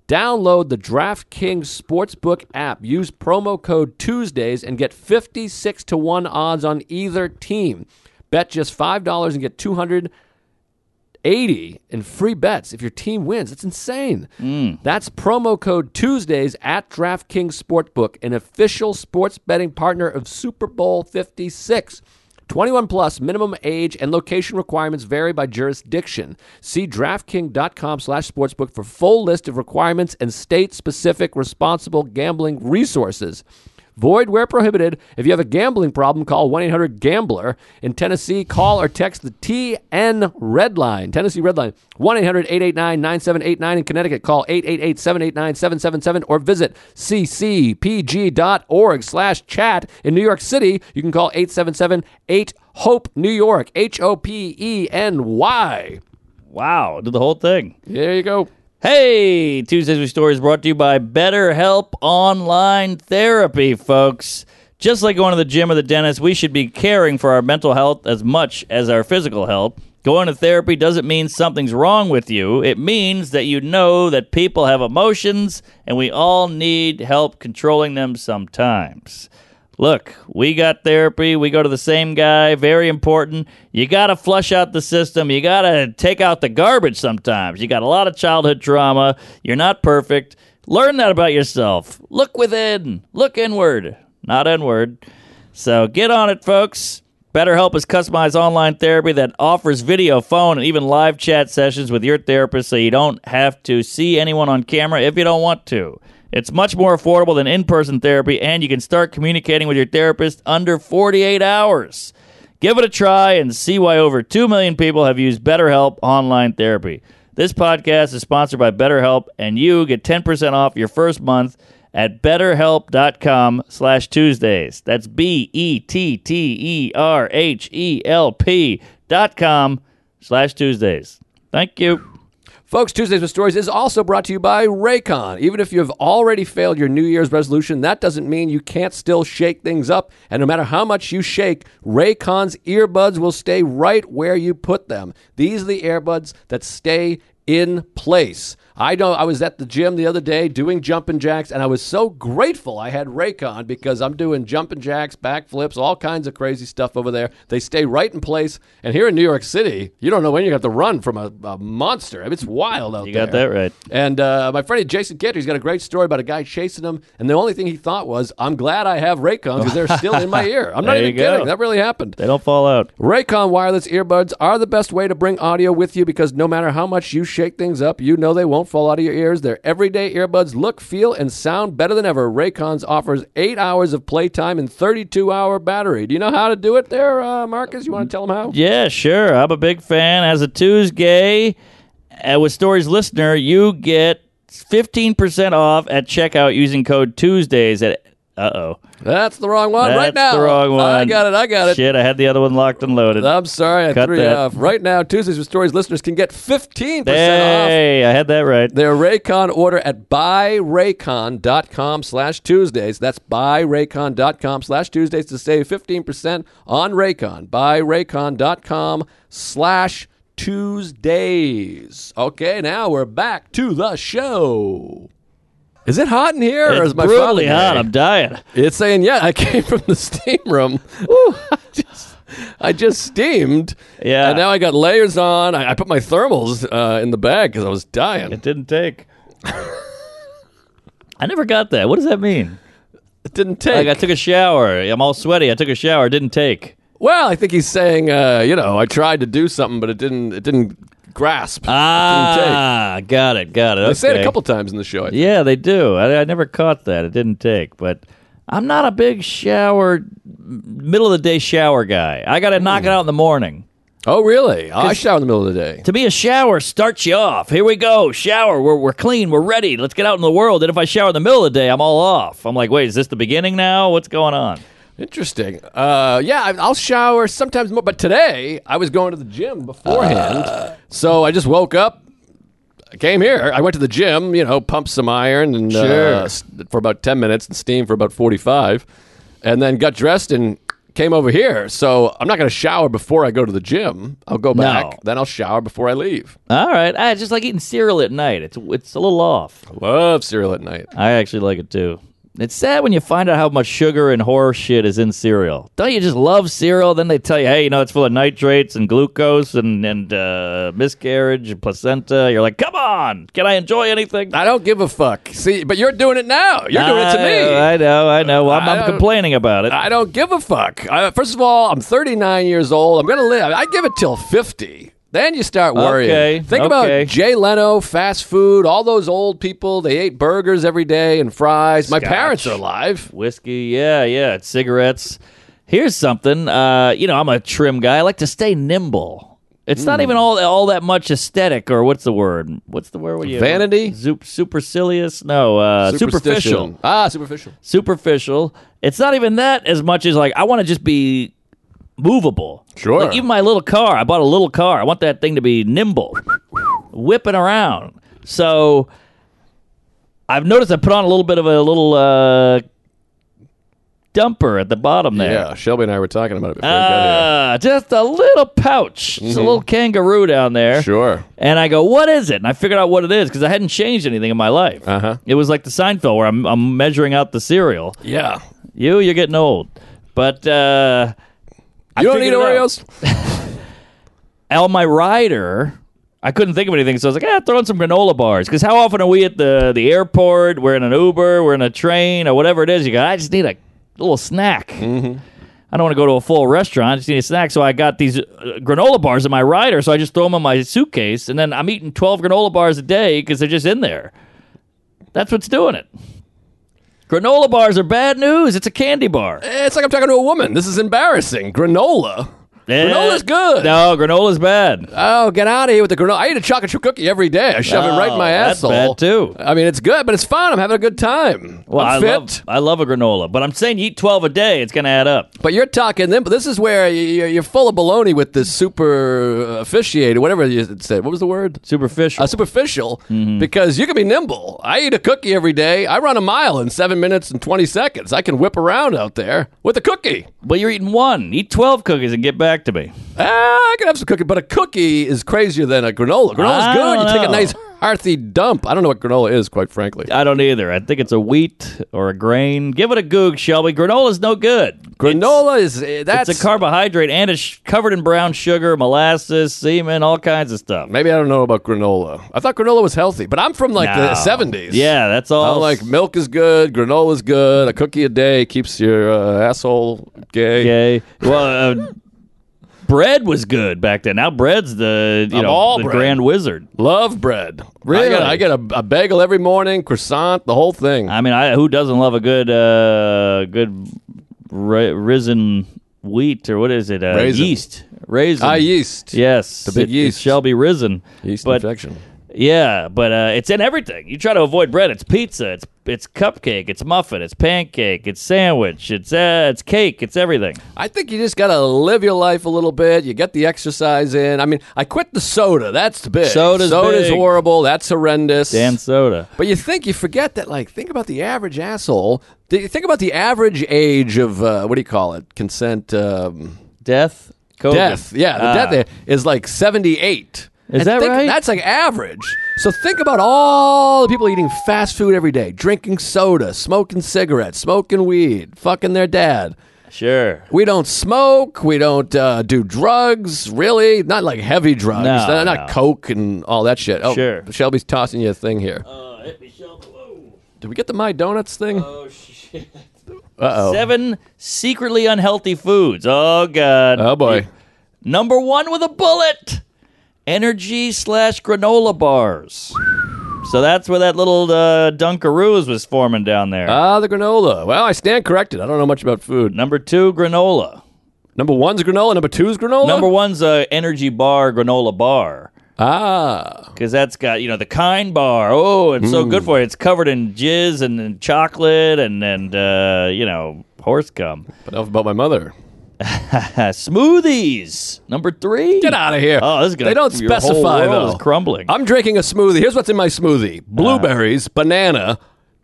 Speaker 3: Download the DraftKings Sportsbook app. Use promo code Tuesdays and get 56 to 1 odds on either team. Bet just $5 and get 200 80 in free bets if your team wins. It's insane. That's promo code Tuesdays at DraftKings Sportsbook, an official sports betting partner of Super Bowl 56. 21 plus minimum age and location requirements vary by jurisdiction. See DraftKings.com slash sportsbook for full list of requirements and state specific responsible gambling resources. Void where prohibited. If you have a gambling problem, call 1 800 Gambler. In Tennessee, call or text the TN Red Line, Tennessee Red Line, 1 800 889 9789. In Connecticut, call 888 789 777 or visit ccpg.org slash chat. In New York City, you can call 877 8 Hope New York, H O P E N Y.
Speaker 2: Wow, did the whole thing.
Speaker 3: There you go.
Speaker 2: Hey, Tuesdays with Stories brought to you by BetterHelp Online Therapy, folks. Just like going to the gym or the dentist, we should be caring for our mental health as much as our physical health. Going to therapy doesn't mean something's wrong with you. It means that you know that people have emotions and we all need help controlling them sometimes. Look, we got therapy. We go to the same guy. Very important. You got to flush out the system. You got to take out the garbage sometimes. You got a lot of childhood trauma. You're not perfect. Learn that about yourself. Look within. Look inward, not inward. So get on it, folks. BetterHelp is customized online therapy that offers video, phone, and even live chat sessions with your therapist so you don't have to see anyone on camera if you don't want to. It's much more affordable than in person therapy, and you can start communicating with your therapist under 48 hours. Give it a try and see why over 2 million people have used BetterHelp online therapy. This podcast is sponsored by BetterHelp, and you get 10% off your first month at betterhelp.com slash Tuesdays. That's E B-E-T-T-E-R-H-E-L-P E dot com slash Tuesdays. Thank you.
Speaker 3: Folks, Tuesdays with Stories is also brought to you by Raycon. Even if you have already failed your New Year's resolution, that doesn't mean you can't still shake things up. And no matter how much you shake, Raycon's earbuds will stay right where you put them. These are the earbuds that stay in place. I know I was at the gym the other day doing jumping jacks, and I was so grateful I had Raycon because I'm doing jumping jacks, backflips, all kinds of crazy stuff over there. They stay right in place. And here in New York City, you don't know when you're going to have to run from a, a monster. I mean, it's wild out
Speaker 2: You
Speaker 3: there.
Speaker 2: got that right.
Speaker 3: And uh, my friend Jason Cantor, he's got a great story about a guy chasing him, and the only thing he thought was, "I'm glad I have Raycons because they're still in my ear." I'm not
Speaker 2: There you
Speaker 3: even kidding.
Speaker 2: go.
Speaker 3: That really happened.
Speaker 2: They don't fall out.
Speaker 3: Raycon wireless earbuds are the best way to bring audio with you because no matter how much you shake things up, you know they won't fall out of your ears. Their everyday earbuds look, feel, and sound better than ever. Raycons offers eight hours of playtime and 32 hour battery. Do you know how to do it there, uh, Marcus? You want to tell them how?
Speaker 2: Yeah, sure. I'm a big fan. As a Tuesday uh, with Stories listener, you get 15% off at checkout using code Tuesdays at. Uh oh.
Speaker 3: That's the wrong one right
Speaker 2: That's
Speaker 3: now.
Speaker 2: the wrong one.
Speaker 3: I got it. I got it.
Speaker 2: Shit, I had the other one locked and loaded.
Speaker 3: I'm sorry, I
Speaker 2: Cut
Speaker 3: threw you
Speaker 2: that.
Speaker 3: off. Right now, Tuesdays with Stories listeners can get 15% off
Speaker 2: Hey, I had that right.
Speaker 3: their Raycon order at buyraycon.com slash Tuesdays. That's buyraycon.com slash Tuesdays to save 15% on Raycon. Buyraycon.com slash Tuesdays. Okay, now we're back to the show. Is it hot in here? or
Speaker 2: It's
Speaker 3: is my
Speaker 2: brutally
Speaker 3: father
Speaker 2: hot.
Speaker 3: gay?
Speaker 2: I'm dying.
Speaker 3: It's saying, yeah, I came from the steam room. I, just, I just steamed.
Speaker 2: Yeah.
Speaker 3: And now I got layers on. I, I put my thermals uh, in the bag because I was dying.
Speaker 2: It didn't take. I never got that. What does that mean?
Speaker 3: It didn't take.
Speaker 2: Like I took a shower. I'm all sweaty. I took a shower. It didn't take.
Speaker 3: well, I think he's saying, uh, you know, I tried to do something, but it didn't. It didn't grasp. it didn't take.
Speaker 2: Ah, got it. Got it.
Speaker 3: They say it a
Speaker 2: Okay.
Speaker 3: couple times in the show. I think.
Speaker 2: Yeah, they do. I, I never caught that. It didn't take, but I'm not a big shower, middle of the day shower guy. I got to knock it out in the morning.
Speaker 3: Oh, really? I shower in the middle of the day.
Speaker 2: To me, a shower starts you off. Here we go, shower. We're, we're clean. We're ready. Let's get out in the world. And if I shower in the middle of the day, I'm all off. I'm like, wait, is this the beginning now? What's going on?
Speaker 3: Interesting. Uh, yeah, I- I'll shower sometimes more, but today I was going to the gym beforehand, so I just woke up, I came here, I went to the gym, you know, pumped some iron and
Speaker 2: Sure.
Speaker 3: uh, s- for about ten minutes and steam for about forty-five, and then got dressed and came over here. So I'm not going to shower before I go to the gym. I'll go back, then I'll shower before I leave.
Speaker 2: All right. I just like eating cereal at night. It's, it's a little off.
Speaker 3: Love cereal at night.
Speaker 2: I actually like it too. It's sad when you find out how much sugar and horror shit is in cereal. Don't you just love cereal? Then they tell you, hey, you know, it's full of nitrates and glucose and, and uh, miscarriage and placenta. You're like, come on, can I enjoy anything?
Speaker 3: I don't give a fuck. See, but you're doing it now. Ah, You're doing it to me.
Speaker 2: I, I know, I know. Well, I'm,
Speaker 3: I
Speaker 2: I'm
Speaker 3: don't-
Speaker 2: complaining about it.
Speaker 3: I don't give a fuck. I, first of all, I'm 39 years old. I'm going to live. I give it till 50. Then you start worrying.
Speaker 2: Okay,
Speaker 3: Think
Speaker 2: okay.
Speaker 3: about Jay Leno, fast food, all those old people. They ate burgers every day and fries. My parents are alive.
Speaker 2: Whiskey, yeah, yeah. It's cigarettes. Here's something. Uh, you know, I'm a trim guy. I like to stay nimble. It's
Speaker 3: Hmm.
Speaker 2: not even all all that much aesthetic or what's the word? What's the word? What do you
Speaker 3: Vanity?
Speaker 2: Zup- supercilious? No, uh, superficial.
Speaker 3: Superstition. Ah, superficial.
Speaker 2: Superficial. It's not even that as much as like I want to just be movable.
Speaker 3: Sure.
Speaker 2: Like even my little car. I bought a little car. I want that thing to be nimble, whipping around. So I've noticed I put on a little bit of a little uh, dumper at the bottom there.
Speaker 3: Yeah, Shelby and I were talking about it before we got
Speaker 2: Ah, just a little pouch. Just a little kangaroo down
Speaker 3: here.
Speaker 2: there.
Speaker 3: Mm-hmm. Sure.
Speaker 2: And I go, what is it? And I figured out what it is because I hadn't changed anything in my life.
Speaker 3: Uh-huh.
Speaker 2: It was like the Seinfeld where I'm, I'm measuring out the cereal.
Speaker 3: Yeah.
Speaker 2: You, you're getting old. But uh,
Speaker 3: You don't need
Speaker 2: figured it out.
Speaker 3: Oreos?
Speaker 2: on my rider, I couldn't think of anything, so I was like, ah, throw in some granola bars. Because how often are we at the, the airport? We're in an Uber, we're in a train, or whatever it is. You go, I just need a little snack. I don't want to go to a full restaurant. I just need a snack. So I got these uh, granola bars in my rider, so I just throw them in my suitcase, and then I'm eating 12 granola bars a day because they're just in there. That's what's doing it. Granola bars are bad news. It's a candy bar.
Speaker 3: Eh, It's like I'm talking to a woman. This is embarrassing. Granola. Granola's good.
Speaker 2: No, granola's bad.
Speaker 3: Oh, get out of here with the granola. I eat a chocolate chip cookie every day. I shove it right in my
Speaker 2: Oh, that's
Speaker 3: asshole.
Speaker 2: bad, too.
Speaker 3: I mean, it's good, but it's fun. I'm having a good time.
Speaker 2: Well,
Speaker 3: I'm
Speaker 2: I
Speaker 3: fit.
Speaker 2: love, I love a granola, but I'm saying you eat 12 a day, it's going to add up.
Speaker 3: But you're talking them. But this is where you're, you're full of baloney with this super uh, officiated, whatever you said. What was the word?
Speaker 2: Superficial.
Speaker 3: Uh, superficial,
Speaker 2: Mm-hmm.
Speaker 3: because you can be nimble. I eat a cookie every day. I run a mile in seven minutes and twenty seconds. I can whip around out there with a cookie.
Speaker 2: but you're eating one. Eat 12 cookies and get back to me.
Speaker 3: Ah, I can have some cookie, but a cookie is crazier than a granola. Granola's
Speaker 2: I
Speaker 3: good. You
Speaker 2: don't
Speaker 3: take a
Speaker 2: know.
Speaker 3: nice hearty dump. I don't know what granola is, quite frankly.
Speaker 2: I don't either. I think it's a wheat or a grain. Give it a goog, Shelby. Granola's no good.
Speaker 3: Granola is eh, that's
Speaker 2: It's a carbohydrate and it's sh- covered in brown sugar, molasses, semen, all kinds of stuff.
Speaker 3: Maybe I don't know about granola. I thought granola was healthy, but I'm from like
Speaker 2: No.
Speaker 3: the 70s.
Speaker 2: Yeah, that's all.
Speaker 3: I'm like milk is good, granola is good, a cookie a day keeps your uh, asshole gay.
Speaker 2: okay. Well, uh, bread was good back then. Now bread's the you
Speaker 3: I'm
Speaker 2: know
Speaker 3: all
Speaker 2: the
Speaker 3: bread.
Speaker 2: grand wizard.
Speaker 3: Love bread.
Speaker 2: Really?
Speaker 3: I get, I get a, a bagel every morning, croissant, the whole thing.
Speaker 2: I mean, I, who doesn't love a good uh, good ri- risen wheat or what is it? Uh,
Speaker 3: Raisin.
Speaker 2: Yeast, raisin.
Speaker 3: Ah, yeast.
Speaker 2: Yes, the
Speaker 3: big yeast.
Speaker 2: It shall be risen.
Speaker 3: Yeast
Speaker 2: but,
Speaker 3: infection.
Speaker 2: Yeah, but uh, it's in everything. You try to avoid bread. It's pizza. It's it's cupcake. It's muffin. It's pancake. It's sandwich. It's uh, it's cake. It's everything.
Speaker 3: I think you just got to live your life a little bit. You get the exercise in. I mean, I quit the soda. That's big.
Speaker 2: Soda's
Speaker 3: Soda's
Speaker 2: big.
Speaker 3: horrible. That's horrendous.
Speaker 2: Dan soda.
Speaker 3: But you think you forget that, like, think about the average asshole. Th- you Think about the average age of uh, what do you call it? Consent, um,
Speaker 2: Death. COVID.
Speaker 3: death. Yeah, the
Speaker 2: Ah.
Speaker 3: death is like seventy-eight.
Speaker 2: Is that
Speaker 3: think-
Speaker 2: right?
Speaker 3: That's like average. So think about all the people eating fast food every day, drinking soda, smoking cigarettes, smoking weed, fucking their dad.
Speaker 2: Sure.
Speaker 3: We don't smoke. We don't uh, do drugs. Really, not like heavy drugs.
Speaker 2: No,
Speaker 3: not, not
Speaker 2: no.
Speaker 3: coke and all that shit. Oh,
Speaker 2: Sure.
Speaker 3: Shelby's tossing you a thing here.
Speaker 2: Uh,
Speaker 3: Did we get the my donuts thing?
Speaker 2: Oh shit.
Speaker 3: Uh-oh.
Speaker 2: Seven secretly unhealthy foods. Oh god.
Speaker 3: Oh boy.
Speaker 2: Number one with a bullet. Energy slash granola bars. So that's where that little uh, Dunkaroos was forming
Speaker 3: Uh.
Speaker 2: down there.
Speaker 3: Ah, the granola. Well, I stand corrected. I don't know much about food.
Speaker 2: Number two, granola.
Speaker 3: Number one's granola. Number two's granola.
Speaker 2: Number one's a energy bar, granola bar,
Speaker 3: ah,
Speaker 2: because that's got you know the kind bar. Oh, it's so
Speaker 3: Mm.
Speaker 2: good for you. It's covered in jizz and, and chocolate and and uh, you know horse cum.
Speaker 3: but enough about my mother.
Speaker 2: Uh, smoothies number three.
Speaker 3: Get out of here.
Speaker 2: Oh, this is gonna.
Speaker 3: They don't
Speaker 2: your whole
Speaker 3: specify
Speaker 2: world
Speaker 3: though.
Speaker 2: Is crumbling. Ah.
Speaker 3: I'm drinking a smoothie. Here's what's in my smoothie: blueberries, banana,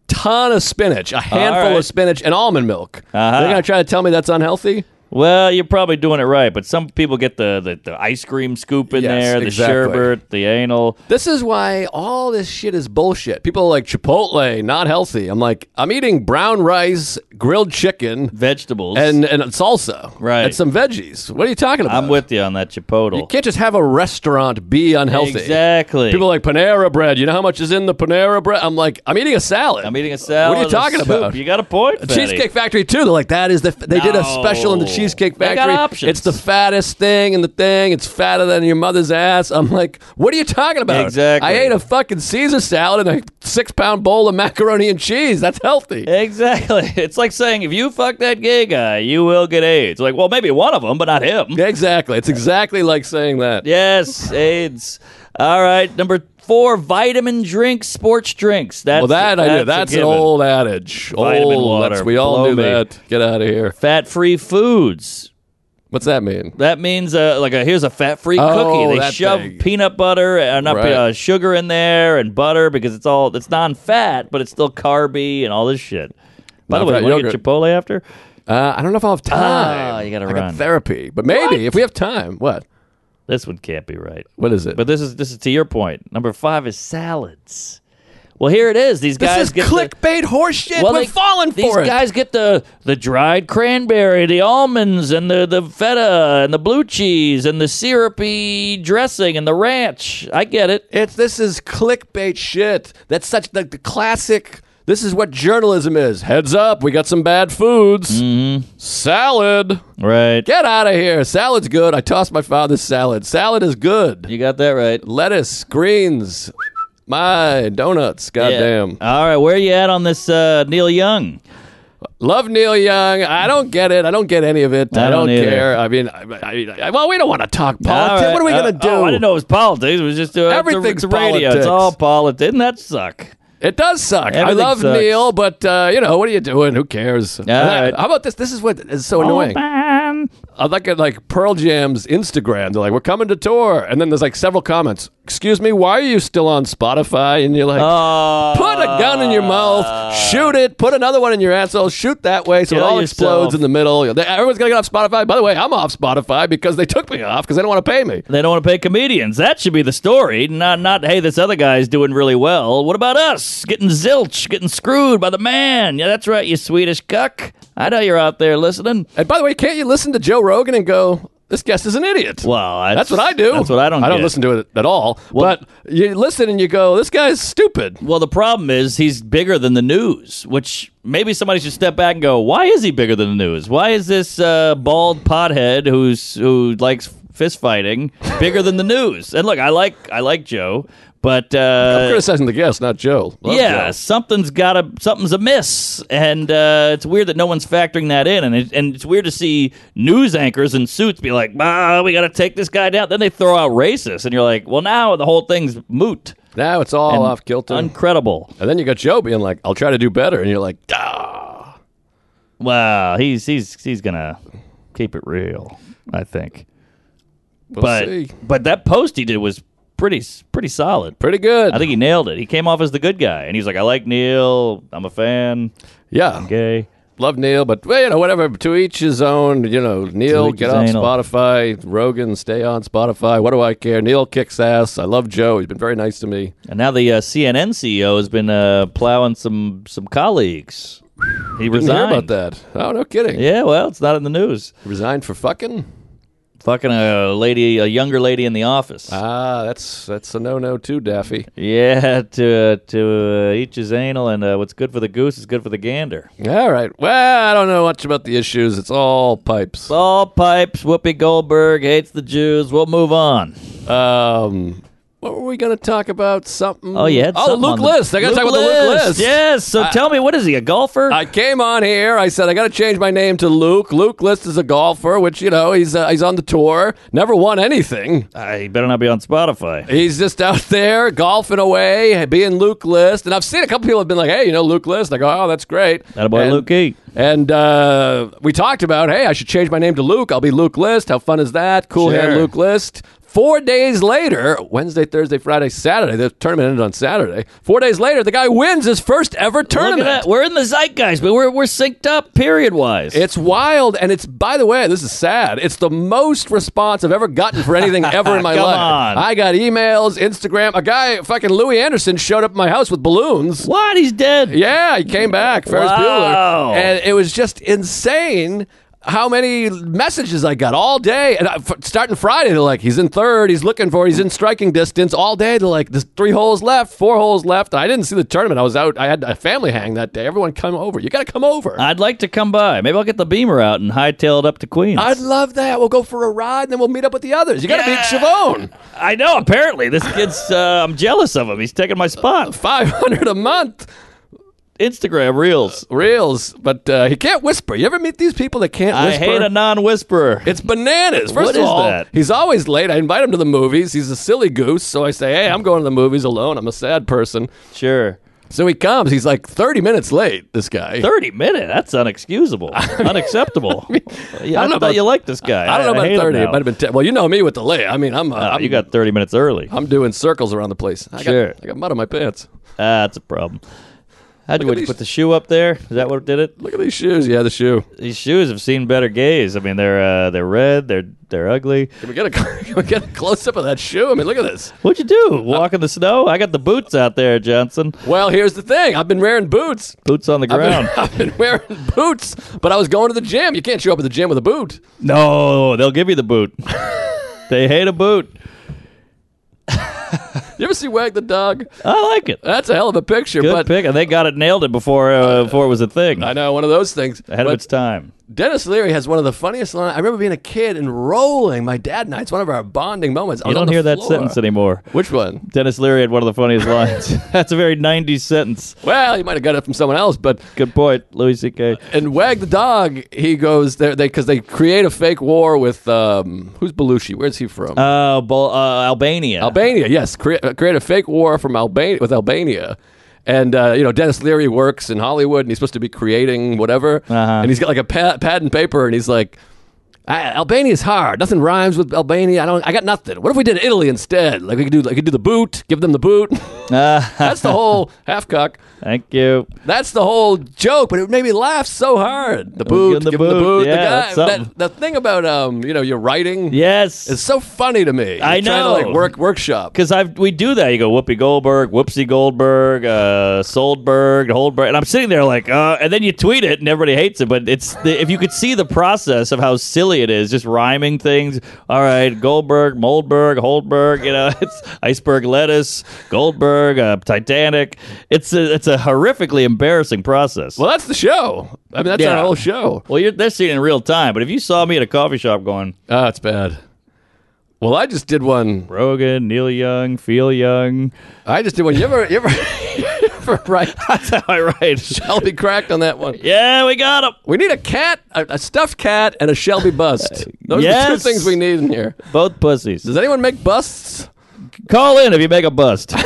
Speaker 3: ton of spinach, a handful
Speaker 2: right.
Speaker 3: of spinach, and almond milk.
Speaker 2: Uh-huh.
Speaker 3: They're gonna try to tell me that's unhealthy.
Speaker 2: Well, you're probably doing it right, but some people get the, the, the ice cream scoop in
Speaker 3: Yes,
Speaker 2: there, the
Speaker 3: exactly.
Speaker 2: sherbet, the anal.
Speaker 3: This is why all this shit is bullshit. People are like Chipotle, not healthy. I'm like, I'm eating brown rice, grilled chicken,
Speaker 2: vegetables.
Speaker 3: and and salsa,
Speaker 2: Right.
Speaker 3: And some veggies. What are you talking about?
Speaker 2: I'm with you on that
Speaker 3: You
Speaker 2: chipotle.
Speaker 3: can't just have a restaurant be unhealthy.
Speaker 2: Exactly.
Speaker 3: People are like Panera bread. You know how much is in the Panera bread? I'm like, I'm eating a salad.
Speaker 2: I'm eating a salad.
Speaker 3: What are you
Speaker 2: and a
Speaker 3: talking
Speaker 2: soup.
Speaker 3: about?
Speaker 2: You got a point.
Speaker 3: The
Speaker 2: Fatty.
Speaker 3: Cheesecake Factory too. They're like that is the. They did a special in the
Speaker 2: No.
Speaker 3: Cheesecake
Speaker 2: They got
Speaker 3: Factory.
Speaker 2: options.
Speaker 3: It's the fattest thing in the thing. It's fatter than your mother's ass. I'm like, what are you talking about?
Speaker 2: Exactly.
Speaker 3: I ate a fucking Caesar salad and a six pound bowl of macaroni and cheese. That's healthy.
Speaker 2: Exactly. It's like saying if you fuck that gay guy, you will get AIDS. Like, well, maybe one of them, but not him.
Speaker 3: Exactly. It's exactly like saying that.
Speaker 2: Yes, AIDS. All right, number four, vitamin drinks, sports drinks. That's
Speaker 3: Well, that I knew.
Speaker 2: a
Speaker 3: That's an
Speaker 2: given.
Speaker 3: old adage.
Speaker 2: Vitamin
Speaker 3: old.
Speaker 2: water.
Speaker 3: that's- we all
Speaker 2: Blow
Speaker 3: knew
Speaker 2: me.
Speaker 3: that. Get out of here.
Speaker 2: fat-free foods.
Speaker 3: What's that mean?
Speaker 2: That means uh, like a, here's a fat-free
Speaker 3: Oh,
Speaker 2: cookie. They
Speaker 3: that
Speaker 2: shove
Speaker 3: thing.
Speaker 2: peanut butter and not pe-
Speaker 3: Right.
Speaker 2: uh, sugar in there and butter because it's all it's non-fat, but it's still carby and all this shit. By the way,
Speaker 3: Non-fat
Speaker 2: you want to get
Speaker 3: yogurt.
Speaker 2: Chipotle after?
Speaker 3: Uh, I don't know if I'll have time.
Speaker 2: Ah, you gotta
Speaker 3: I got
Speaker 2: run.
Speaker 3: therapy, but maybe if we have time. What?
Speaker 2: This one can't be right.
Speaker 3: What is it?
Speaker 2: But this is this is to your point. Number five is salads. Well, here it is. These
Speaker 3: this
Speaker 2: guys
Speaker 3: is
Speaker 2: get the-
Speaker 3: clickbait horseshit. We're
Speaker 2: they-
Speaker 3: falling
Speaker 2: these
Speaker 3: for it.
Speaker 2: guys get the the dried cranberry, the almonds, and the the feta, and the blue cheese, and the syrupy dressing, and the ranch. I get it.
Speaker 3: It's this is clickbait shit. That's such the, the classic. This is what journalism is. Heads up, we got some bad foods.
Speaker 2: Mm-hmm.
Speaker 3: Salad.
Speaker 2: Right.
Speaker 3: Get out of here. Salad's good. I tossed my father's salad. Salad is good.
Speaker 2: You got that right.
Speaker 3: Lettuce, greens, my donuts. Goddamn.
Speaker 2: All right, where you at on this uh, Neil Young?
Speaker 3: Love Neil Young. I don't get it. I don't get any of it. I,
Speaker 2: I
Speaker 3: don't,
Speaker 2: don't either.
Speaker 3: care. I mean, I, I, I- well, we don't want to talk politics.
Speaker 2: All right,
Speaker 3: What are we
Speaker 2: uh,
Speaker 3: gonna do?
Speaker 2: Oh, I didn't know it was politics. It was just uh, it's a-
Speaker 3: Everything's
Speaker 2: it's a radio.
Speaker 3: politics.
Speaker 2: It's all politics. Didn't that suck?
Speaker 3: It does suck. I
Speaker 2: Everything
Speaker 3: love
Speaker 2: sucks.
Speaker 3: Neil, but uh, you know what are you doing? Who cares? Uh,
Speaker 2: right.
Speaker 3: How about this? This is what is so annoying. I look at like Pearl Jam's Instagram. They're like, "We're coming to tour," and then there's like several comments. Excuse me, why are you still on Spotify? And you're like,
Speaker 2: Oh,
Speaker 3: "Put a gun in your
Speaker 2: uh,
Speaker 3: mouth, shoot it. Put another one in your asshole, shoot that way, so it
Speaker 2: Kill
Speaker 3: all explodes
Speaker 2: yourself.
Speaker 3: in the middle." You know, they- Everyone's gonna get off Spotify. By the way, I'm off Spotify because they took me off because they don't want to pay me.
Speaker 2: They don't want to pay comedians. That should be the story. Not, not. Hey, this other guy's doing really well. What about us? Getting zilch, getting screwed by the man. Yeah, that's right. You Swedish cuck. I know you're out there listening.
Speaker 3: And by the way, can't you listen to Joe Rogan and go, "This guest is an idiot"?
Speaker 2: Well,
Speaker 3: That's what I do.
Speaker 2: That's what I don't.
Speaker 3: I don't
Speaker 2: get.
Speaker 3: listen to it at all.
Speaker 2: Well-
Speaker 3: but you listen and you go, "This guy's stupid."
Speaker 2: Well, the problem is he's bigger than the news, which maybe somebody should step back and go, why is he bigger than the news? Why is this uh, bald pothead who's who likes fist fighting bigger than the news? And look, I like I like Joe, but
Speaker 3: I'm
Speaker 2: uh,
Speaker 3: criticizing the guest, not Joe. Love
Speaker 2: yeah,
Speaker 3: Joe.
Speaker 2: something's got to something's amiss, and uh, it's weird that no one's factoring that in, and it, and it's weird to see news anchors in suits be like, "Bah, we got to take this guy down." Then they throw out racist, and you're like, "Well, now the whole thing's moot."
Speaker 3: Now it's all
Speaker 2: and
Speaker 3: off kilter.
Speaker 2: Uncredible.
Speaker 3: and then you got Joe being like, "I'll try to do better," and you're like, "Ah."
Speaker 2: Wow, he's he's he's gonna keep it real, I think.
Speaker 3: We'll
Speaker 2: But
Speaker 3: see.
Speaker 2: but that post he did was pretty s- pretty solid.
Speaker 3: Pretty good.
Speaker 2: I think he nailed it. He came off as the good guy, and he's like, "I like Neil. I'm a fan.
Speaker 3: yeah,
Speaker 2: Gay."
Speaker 3: love Neil, but well, you know, whatever. To each his own. You know, Neil,
Speaker 2: each
Speaker 3: get
Speaker 2: his
Speaker 3: off
Speaker 2: anal.
Speaker 3: Spotify. Rogan, stay on Spotify. What do I care? Neil kicks ass. I love Joe. He's been very nice to me.
Speaker 2: And now the uh, CNN CEO has been uh, plowing some some colleagues. He
Speaker 3: Didn't hear
Speaker 2: resigned.
Speaker 3: about that. Oh, no kidding.
Speaker 2: Yeah, well, it's not in the news.
Speaker 3: Resigned for fucking.
Speaker 2: Fucking a lady, a younger lady in the office.
Speaker 3: Ah, that's that's a no no too, Daffy.
Speaker 2: yeah, to to uh, each his anal, and uh, what's good for the goose is good for the gander.
Speaker 3: All right. Well, I don't know much about the issues. It's all pipes.
Speaker 2: All pipes. Whoopi Goldberg hates the Jews. We'll move on.
Speaker 3: Um, what were we going to talk about? Something.
Speaker 2: Oh, you had
Speaker 3: Oh,
Speaker 2: something
Speaker 3: Luke
Speaker 2: on the-
Speaker 3: List. I got to talk about the Luke List.
Speaker 2: Yes. So tell me, what is he? A golfer?
Speaker 3: I came on here. I said I got to change my name to Luke. Luke List is a golfer, which you know he's uh, he's on the tour. Never won anything.
Speaker 2: I Ah, better not be on Spotify.
Speaker 3: He's just out there golfing away, being Luke List. And I've seen a couple people have been like, "Hey, you know Luke List?" I go, "Oh, that's great."
Speaker 2: That boy,
Speaker 3: And-
Speaker 2: Luke E. Geek.
Speaker 3: And uh, we talked about, hey, I should change my name to Luke. I'll be Luke List. How fun is that? Cool hand
Speaker 2: Sure.
Speaker 3: Luke List. Four days later, Wednesday, Thursday, Friday, Saturday, the tournament ended on Saturday. Four days later, the guy wins his first ever
Speaker 2: Look at
Speaker 3: tournament.
Speaker 2: that. We're in the zeitgeist, but we're we're synced up period wise.
Speaker 3: It's wild, and it's by the way, this is sad. It's the most response I've ever gotten for anything ever in my
Speaker 2: Come
Speaker 3: life.
Speaker 2: on.
Speaker 3: I got emails, Instagram. A guy, fucking Louis Anderson, showed up at my house with balloons.
Speaker 2: what? He's dead.
Speaker 3: Yeah, he came back, Ferris
Speaker 2: Wow.
Speaker 3: Bueller, and it was just insane. How many messages I got all day, and I, f- starting Friday, they're like, "He's in third. He's looking for. He's in striking distance all day." They're like, "There's three holes left, four holes left." I didn't see the tournament. I was out. I had a family hang that day. Everyone come over. You got to come over.
Speaker 2: I'd like to come by. Maybe I'll get the beamer out and hightail it up to Queens.
Speaker 3: I'd love that. We'll go for a ride, and then we'll meet up with the others. You got to
Speaker 2: Yeah.
Speaker 3: beat Chavone.
Speaker 2: I know. Apparently, this kid's. Uh, I'm jealous of him. He's taking my spot.
Speaker 3: Five hundred a month
Speaker 2: Instagram reels.
Speaker 3: reels, but uh, he can't whisper. You ever meet these people that can't
Speaker 2: I
Speaker 3: whisper?
Speaker 2: hate a non-whisperer.
Speaker 3: It's bananas. First
Speaker 2: What
Speaker 3: of
Speaker 2: is
Speaker 3: all,
Speaker 2: that?
Speaker 3: he's always late. I invite him to the movies. He's a silly goose, so I say, "Hey, I'm going to the movies alone. I'm a sad person."
Speaker 2: Sure.
Speaker 3: So he comes. He's like 30 minutes late. This guy.
Speaker 2: Thirty minutes. That's unexcusable. unacceptable. Yeah, I,
Speaker 3: know
Speaker 2: thought
Speaker 3: about-
Speaker 2: you liked this guy.
Speaker 3: I don't know
Speaker 2: hate
Speaker 3: about
Speaker 2: him
Speaker 3: 30. It
Speaker 2: now.
Speaker 3: might have been 10. Well, you know me with the late. I mean, I'm uh,
Speaker 2: Uh,
Speaker 3: I'm,
Speaker 2: you got thirty minutes early. Ah,
Speaker 3: I'm doing circles around the place. I
Speaker 2: Sure.
Speaker 3: Got, I got mud on my pants.
Speaker 2: that's a problem. How'd you,
Speaker 3: at
Speaker 2: what, you
Speaker 3: these-
Speaker 2: put the shoe up there? Is that what did it?
Speaker 3: Look at these shoes. Yeah, the shoe.
Speaker 2: These shoes have seen better gaze. I mean, they're uh, they're red. They're they're ugly.
Speaker 3: Can we get a can we get a close up of that shoe? I mean, look at this.
Speaker 2: What'd you do? Walk in the snow? I got the boots out there, Johnson.
Speaker 3: Well, here's the thing. I've been wearing boots.
Speaker 2: Boots on the
Speaker 3: I've been,
Speaker 2: ground.
Speaker 3: I've been wearing boots, but I was going to the gym. You can't show up at the gym with a boot.
Speaker 2: no, they'll give you the boot. they hate a boot.
Speaker 3: You ever see Wag the dog?
Speaker 2: I like it.
Speaker 3: That's a hell of a picture,
Speaker 2: Good
Speaker 3: but
Speaker 2: pick, and they got it nailed it before uh, before it was a thing.
Speaker 3: I know one of those things.
Speaker 2: Ahead of
Speaker 3: But
Speaker 2: its time.
Speaker 3: Dennis Leary has one of the funniest lines. I remember being a kid and rolling. My dad and I. It's one of our bonding moments. I
Speaker 2: You
Speaker 3: was on
Speaker 2: don't
Speaker 3: the
Speaker 2: hear that
Speaker 3: floor.
Speaker 2: sentence anymore.
Speaker 3: Which one?
Speaker 2: Dennis Leary had one of the funniest lines. That's a very '90s sentence.
Speaker 3: Well, you might have got it from someone else, but
Speaker 2: Good point, Louis C.K.
Speaker 3: and Wag the dog, he goes there they because they create a fake war with um, who's Belushi? Where's he from?
Speaker 2: Uh, Bul- uh, Albania.
Speaker 3: Albania, yes, cre- uh, create a fake war from Albania with Albania. And uh, you know Dennis Leary works in Hollywood, and he's supposed to be creating whatever.
Speaker 2: Uh-huh.
Speaker 3: And he's got like a pad, pad and paper, and he's like, I, "Albania's hard. Nothing rhymes with Albania. I don't. I got nothing. What if we did Italy instead? Like we could do. Like we could do the boot. Give them the boot.
Speaker 2: Ah,
Speaker 3: That's the whole half cock.
Speaker 2: thank you.
Speaker 3: That's the whole joke. But it made me laugh so hard. The
Speaker 2: Well,
Speaker 3: boot.
Speaker 2: give 'em the
Speaker 3: give 'em the
Speaker 2: boot.
Speaker 3: boot.
Speaker 2: Yeah, that's
Speaker 3: the, guy,
Speaker 2: something.
Speaker 3: that, the thing about um, you know, your writing.
Speaker 2: Yes.
Speaker 3: It's so funny to me.
Speaker 2: I
Speaker 3: You're trying to,
Speaker 2: know.
Speaker 3: like work workshop.
Speaker 2: because I've we do that. You go Whoopi Goldberg, Whoopsie Goldberg, uh, Soldberg, Holdberg, and I'm sitting there like, uh, and then you tweet it, and everybody hates it. But it's the, if you could see the process of how silly it is, just rhyming things. All right, Goldberg, Moldberg, Holdberg. You know, it's iceberg lettuce, Goldberg, uh, Titanic. It's a it's a horrifically embarrassing process.
Speaker 3: Well, that's the show. I mean, that's
Speaker 2: Yeah.
Speaker 3: our whole show.
Speaker 2: Well, you're, they're seeing it in real time, but if you saw me at a coffee shop going,
Speaker 3: Oh, it's bad. Well, I just did one.
Speaker 2: Rogan, Neil Young, Feel Young,
Speaker 3: I just did one. You ever, you ever, you ever right?
Speaker 2: that's how I write.
Speaker 3: Shelby cracked on that one.
Speaker 2: Yeah, we got him.
Speaker 3: We need a cat, a, a stuffed cat, and a Shelby bust. Those are the two
Speaker 2: Yes.
Speaker 3: things we need in here.
Speaker 2: Both pussies.
Speaker 3: Does anyone make busts?
Speaker 2: Call in if you make a bust.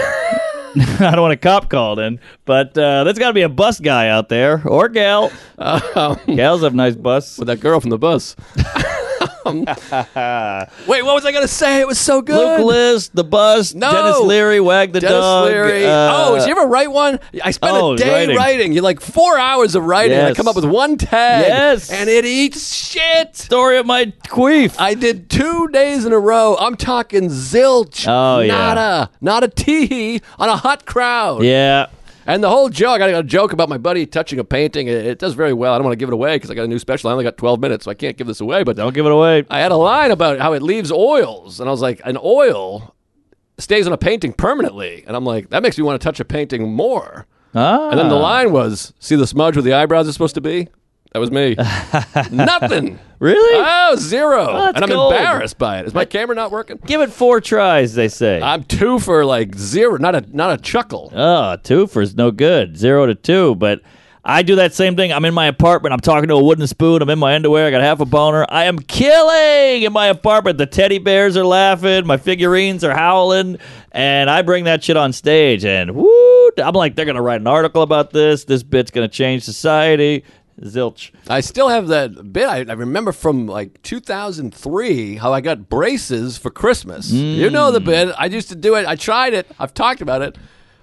Speaker 2: I don't want a cop called in, but uh, there's got to be a bust guy out there or gal.
Speaker 3: Um,
Speaker 2: Gals have nice busts.
Speaker 3: With that girl from the bus. Um, wait, what was I gonna say? It was so good.
Speaker 2: Luke List, the bust.
Speaker 3: No.
Speaker 2: Dennis Leary, wag the
Speaker 3: Dennis
Speaker 2: dog.
Speaker 3: Leary.
Speaker 2: uh,
Speaker 3: oh, did you ever write one? I spent
Speaker 2: oh,
Speaker 3: a day
Speaker 2: writing.
Speaker 3: writing. You're like four hours of writing. And I
Speaker 2: Yes.
Speaker 3: come up with one tag.
Speaker 2: Yes.
Speaker 3: And it eats shit.
Speaker 2: story of my queef?
Speaker 3: I did two days in a row. I'm talking zilch.
Speaker 2: Oh, yeah.
Speaker 3: nada, not a teehee on a hot crowd.
Speaker 2: yeah.
Speaker 3: And the whole joke, I got a joke about my buddy touching a painting. It, it does very well. I don't want to give it away because I got a new special. I only got 12 minutes, so I can't give this away. But
Speaker 2: Don't give it away.
Speaker 3: I had a line about how it leaves oils, and I was like, an oil stays on a painting permanently, and I'm like, that makes me want to touch a painting more.
Speaker 2: Ah.
Speaker 3: And then the line was, see the smudge where the eyebrows are supposed to be? That was me. Nothing.
Speaker 2: Really?
Speaker 3: Oh, zero.
Speaker 2: that's
Speaker 3: and I'm
Speaker 2: gold.
Speaker 3: embarrassed by it. Is my camera not working?
Speaker 2: Give it four tries, they say.
Speaker 3: I'm two for like zero. Not a not a chuckle.
Speaker 2: Oh, two for is no good. Zero to two, but I do that same thing. I'm in my apartment. I'm talking to a wooden spoon. I'm in my underwear. I got half a boner. I am killing in my apartment. The teddy bears are laughing. My figurines are howling. And I bring that shit on stage. And woo, I'm like, they're going to write an article about this. This bit's going to change society. Zilch.
Speaker 3: I still have that bit. I, I remember from like 2003 how I got braces for Christmas. You know
Speaker 2: Hmm.
Speaker 3: the bit. I used to do it. I tried it. I've talked about it.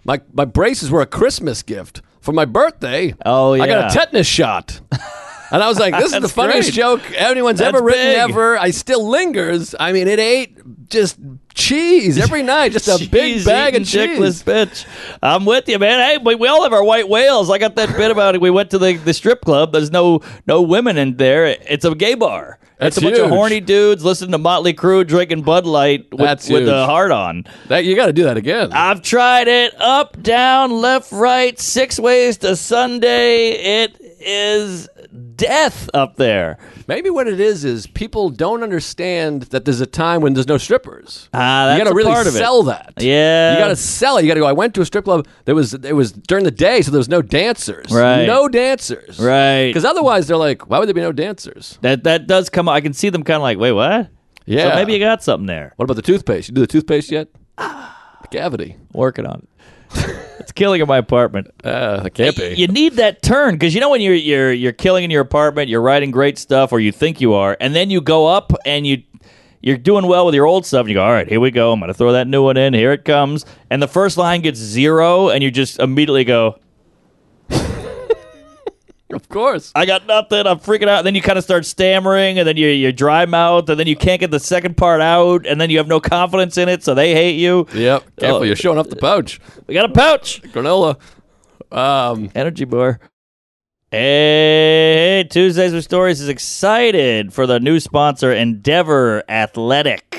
Speaker 3: My my braces were a Christmas gift for my birthday.
Speaker 2: Oh,
Speaker 3: I got
Speaker 2: yeah.
Speaker 3: a tetanus shot. And I was like, this is the
Speaker 2: That's
Speaker 3: funniest
Speaker 2: great.
Speaker 3: joke anyone's
Speaker 2: That's
Speaker 3: ever written
Speaker 2: big.
Speaker 3: ever. I still lingers. I mean, it ate just cheese every night, just a big
Speaker 2: Cheese
Speaker 3: bag of
Speaker 2: eating
Speaker 3: cheese.
Speaker 2: dickless bitch. I'm with you, man. Hey, we, we all have our white whales. I got that bit about it. We went to the, the strip club. There's no no women in there. It's a gay bar.
Speaker 3: That's
Speaker 2: it's a bunch of
Speaker 3: huge.
Speaker 2: horny dudes listening to Motley Crue drinking Bud Light with,
Speaker 3: That's
Speaker 2: with the
Speaker 3: huge.
Speaker 2: heart on.
Speaker 3: That, you got to do that again.
Speaker 2: I've tried it up, down, left, right, six ways to Sunday. It is death up there.
Speaker 3: Maybe what it is is people don't understand that there's a time when there's no strippers.
Speaker 2: Ah, that's
Speaker 3: you gotta
Speaker 2: a
Speaker 3: really
Speaker 2: part of it.
Speaker 3: sell that.
Speaker 2: Yeah.
Speaker 3: you gotta sell it. You gotta go. I went to a strip club. There was it was during the day, so there was no dancers.
Speaker 2: Right.
Speaker 3: no dancers.
Speaker 2: Right.
Speaker 3: because otherwise they're like, why would there be no dancers?
Speaker 2: That that does come up. I can see them kind of like, wait, what?
Speaker 3: Yeah.
Speaker 2: So maybe you got something there.
Speaker 3: What about the toothpaste? You do the toothpaste yet? The cavity.
Speaker 2: Working on it. it's killing in my apartment.
Speaker 3: Uh, it can't be.
Speaker 2: You need that turn because you know when you're you're you're killing in your apartment, you're writing great stuff, or you think you are, and then you go up and you you're doing well with your old stuff, and you go, all right, here we go. I'm gonna throw that new one in. Here it comes, and the first line gets zero, and you just immediately go,
Speaker 3: Of course.
Speaker 2: I got nothing. I'm freaking out. then you kind of start stammering, and then you you dry mouth, and then you can't get the second part out, and then you have no confidence in it, so they hate you.
Speaker 3: Yep. Careful,
Speaker 2: Oh.
Speaker 3: you're showing off the pouch.
Speaker 2: We got a pouch.
Speaker 3: Granola. Um,
Speaker 2: energy bar. Hey, Tuesdays with Stories is excited for the new sponsor, Endeavor Athletic.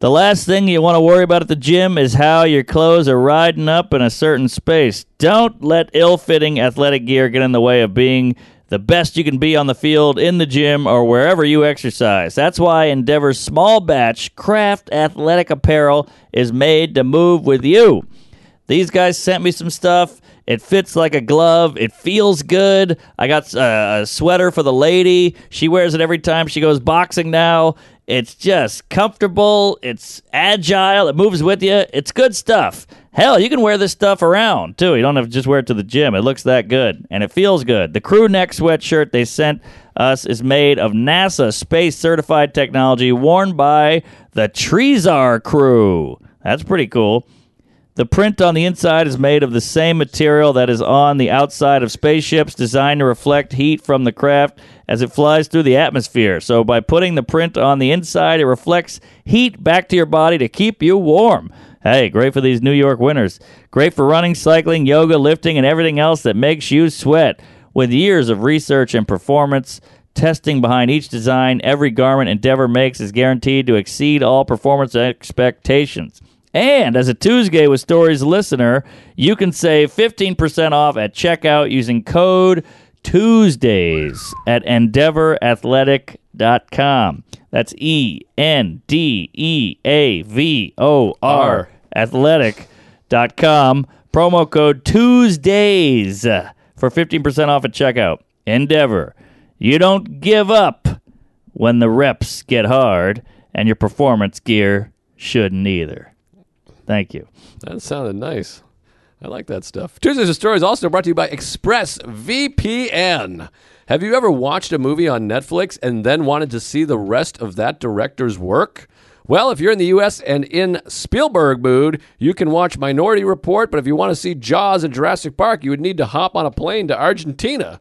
Speaker 2: The last thing you want to worry about at the gym is how your clothes are riding up in a certain space. Don't let ill fitting athletic gear get in the way of being the best you can be on the field, in the gym, or wherever you exercise. That's why Endeavor's small batch craft athletic apparel is made to move with you. These guys sent me some stuff. It fits like a glove. It feels good. I got uh, a sweater for the lady. She wears it every time she goes boxing now. It's just comfortable. It's agile. It moves with you. It's good stuff. Hell, you can wear this stuff around too. You don't have to just wear it to the gym. It looks that good and it feels good. The crew neck sweatshirt they sent us is made of NASA space certified technology worn by the Trezar crew. That's pretty cool. The print on the inside is made of the same material that is on the outside of spaceships, designed to reflect heat from the craft as it flies through the atmosphere. So, by putting the print on the inside, it reflects heat back to your body to keep you warm. Hey, great for these New York winters. Great for running, cycling, yoga, lifting, and everything else that makes you sweat. With years of research and performance, Testing behind each design, every garment Endeavor makes is guaranteed to exceed all performance expectations. And as a Tuesday with Stories listener, you can save 15% off at checkout using code Tuesdays at EndeavorAthletic.com. That's E N D E A V O R athletic.com. Promo code Tuesdays for 15% off at checkout. Endeavor. You don't give up when the reps get hard, and your performance gear shouldn't either. Thank you.
Speaker 3: That sounded nice. I like that stuff. Tuesdays of Stories also brought to you by ExpressVPN. Have you ever watched a movie on Netflix and then wanted to see the rest of that director's work? Well, if you're in the US and in Spielberg mood, you can watch Minority Report, but if you want to see Jaws and Jurassic Park, you would need to hop on a plane to Argentina.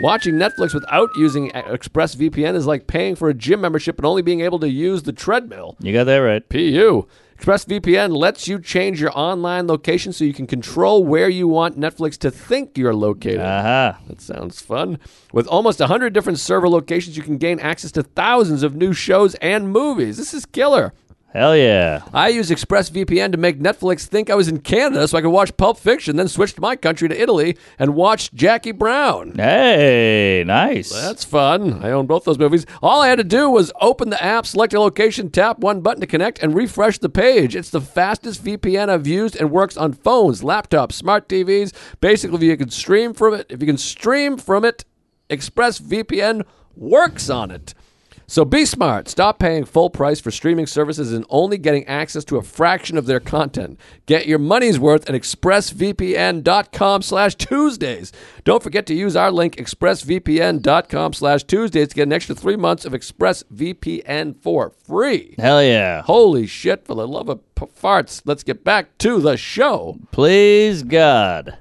Speaker 3: Watching Netflix without using ExpressVPN is like paying for a gym membership and only being able to use the treadmill.
Speaker 2: You got that right.
Speaker 3: PU. ExpressVPN lets you change your online location so you can control where you want Netflix to think you're located.
Speaker 2: Uh-huh.
Speaker 3: That sounds fun. With almost 100 different server locations, you can gain access to thousands of new shows and movies. This is killer.
Speaker 2: Hell yeah.
Speaker 3: I used ExpressVPN to make Netflix think I was in Canada so I could watch Pulp Fiction, then switched my country to Italy and watched Jackie Brown.
Speaker 2: Hey, nice.
Speaker 3: That's fun. I own both those movies. All I had to do was open the app, select a location, tap one button to connect, and refresh the page. It's the fastest VPN I've used and works on phones, laptops, smart TVs. Basically, if you can stream from it, if you can stream from it, ExpressVPN works on it. So be smart. Stop paying full price for streaming services and only getting access to a fraction of their content. Get your money's worth at expressvpn.com slash Tuesdays. Don't forget to use our link expressvpn.com slash Tuesdays to get an extra three months of ExpressVPN for free.
Speaker 2: Hell yeah.
Speaker 3: Holy shit, for the love of p- farts, let's get back to the show.
Speaker 2: Please, God.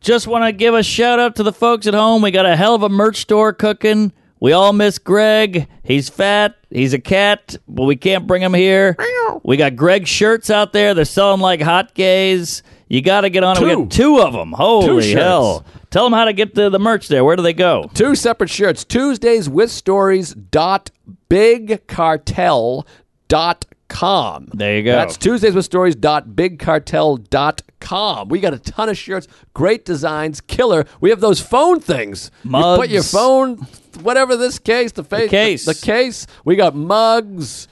Speaker 2: Just want to give a shout out to the folks at home. We got a hell of a merch store cooking. We all miss Greg. He's fat. He's a cat, but we can't bring him here. We got Greg shirts out there. They're selling like hotcakes. You got to get on it. We
Speaker 3: Two.
Speaker 2: got two of them. Holy
Speaker 3: shirts.
Speaker 2: hell. Tell them how to get the, the merch there. Where do they go?
Speaker 3: Two separate shirts. Tuesdays with Stories dot bigcartel dot com.
Speaker 2: There you go.
Speaker 3: That's Tuesdays with Stories dot bigcartel dot com. We got a ton of shirts, great designs, killer. We have those phone things. You put
Speaker 2: Mugs.
Speaker 3: your phone, whatever this case, the, face,
Speaker 2: case.
Speaker 3: the, case. We got mugs.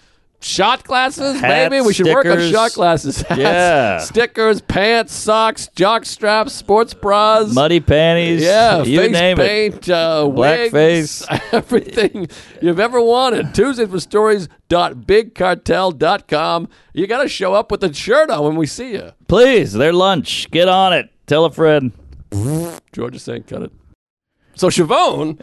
Speaker 3: Shot glasses,
Speaker 2: Hats,
Speaker 3: maybe we should work on
Speaker 2: stickers.
Speaker 3: shot glasses. Hats,
Speaker 2: Yeah.
Speaker 3: stickers, pants, socks, jock straps, sports bras,
Speaker 2: Muddy panties.
Speaker 3: yeah,
Speaker 2: you
Speaker 3: face
Speaker 2: name it.
Speaker 3: paint, uh, wigs,
Speaker 2: Blackface.
Speaker 3: everything you've ever wanted. Tuesdays with Stories.bigcartel.com. You got to show up with a shirt on when we see you.
Speaker 2: Please, their lunch. Get on it. Tell a friend.
Speaker 3: George is saying, cut it. So Siobhan,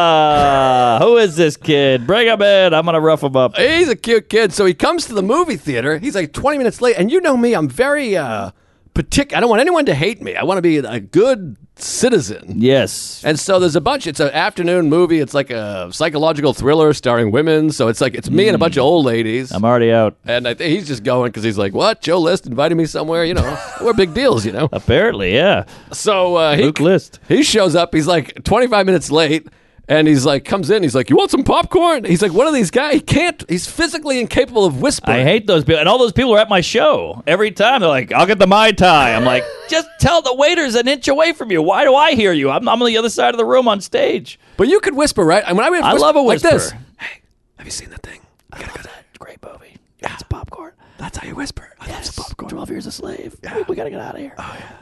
Speaker 2: Ah, who is this kid? Bring him in. I'm gonna rough him up.
Speaker 3: he's a cute kid. So he comes to the movie theater. He's like 20 minutes late. And you know me, I'm very uh, particular. I don't want anyone to hate me. I want to be a good citizen.
Speaker 2: Yes.
Speaker 3: And so there's a bunch. It's an afternoon movie. It's like a psychological thriller starring women. So it's like it's me and a
Speaker 2: Mm.
Speaker 3: bunch of old ladies.
Speaker 2: I'm already out.
Speaker 3: And I think he's just going because he's like, "What? Joe List invited me somewhere? You know, we're big deals, you know."
Speaker 2: Apparently, yeah.
Speaker 3: So uh, he
Speaker 2: Luke List.
Speaker 3: he shows up. He's like 25 minutes late, and he's like comes in. He's like, "You want some popcorn?" He's like, "One of these guys, he can't. He's physically incapable of whispering."
Speaker 2: I hate those people. And all those people are at my show. Every time they're like, I'll get the Mai Tai. I'm like, just tell the waiters an inch away from you. Why do I hear you? I'm, I'm on the other side of the room on stage.
Speaker 3: but you could whisper, right? And when I, went
Speaker 2: I love a
Speaker 3: like
Speaker 2: whisper.
Speaker 3: this. Hey, have you seen that thing? I gotta go to that.
Speaker 2: Great movie.
Speaker 3: It's popcorn. That's how you whisper. I love some popcorn. Oh,
Speaker 2: 12 years a slave. We, we gotta get out of here.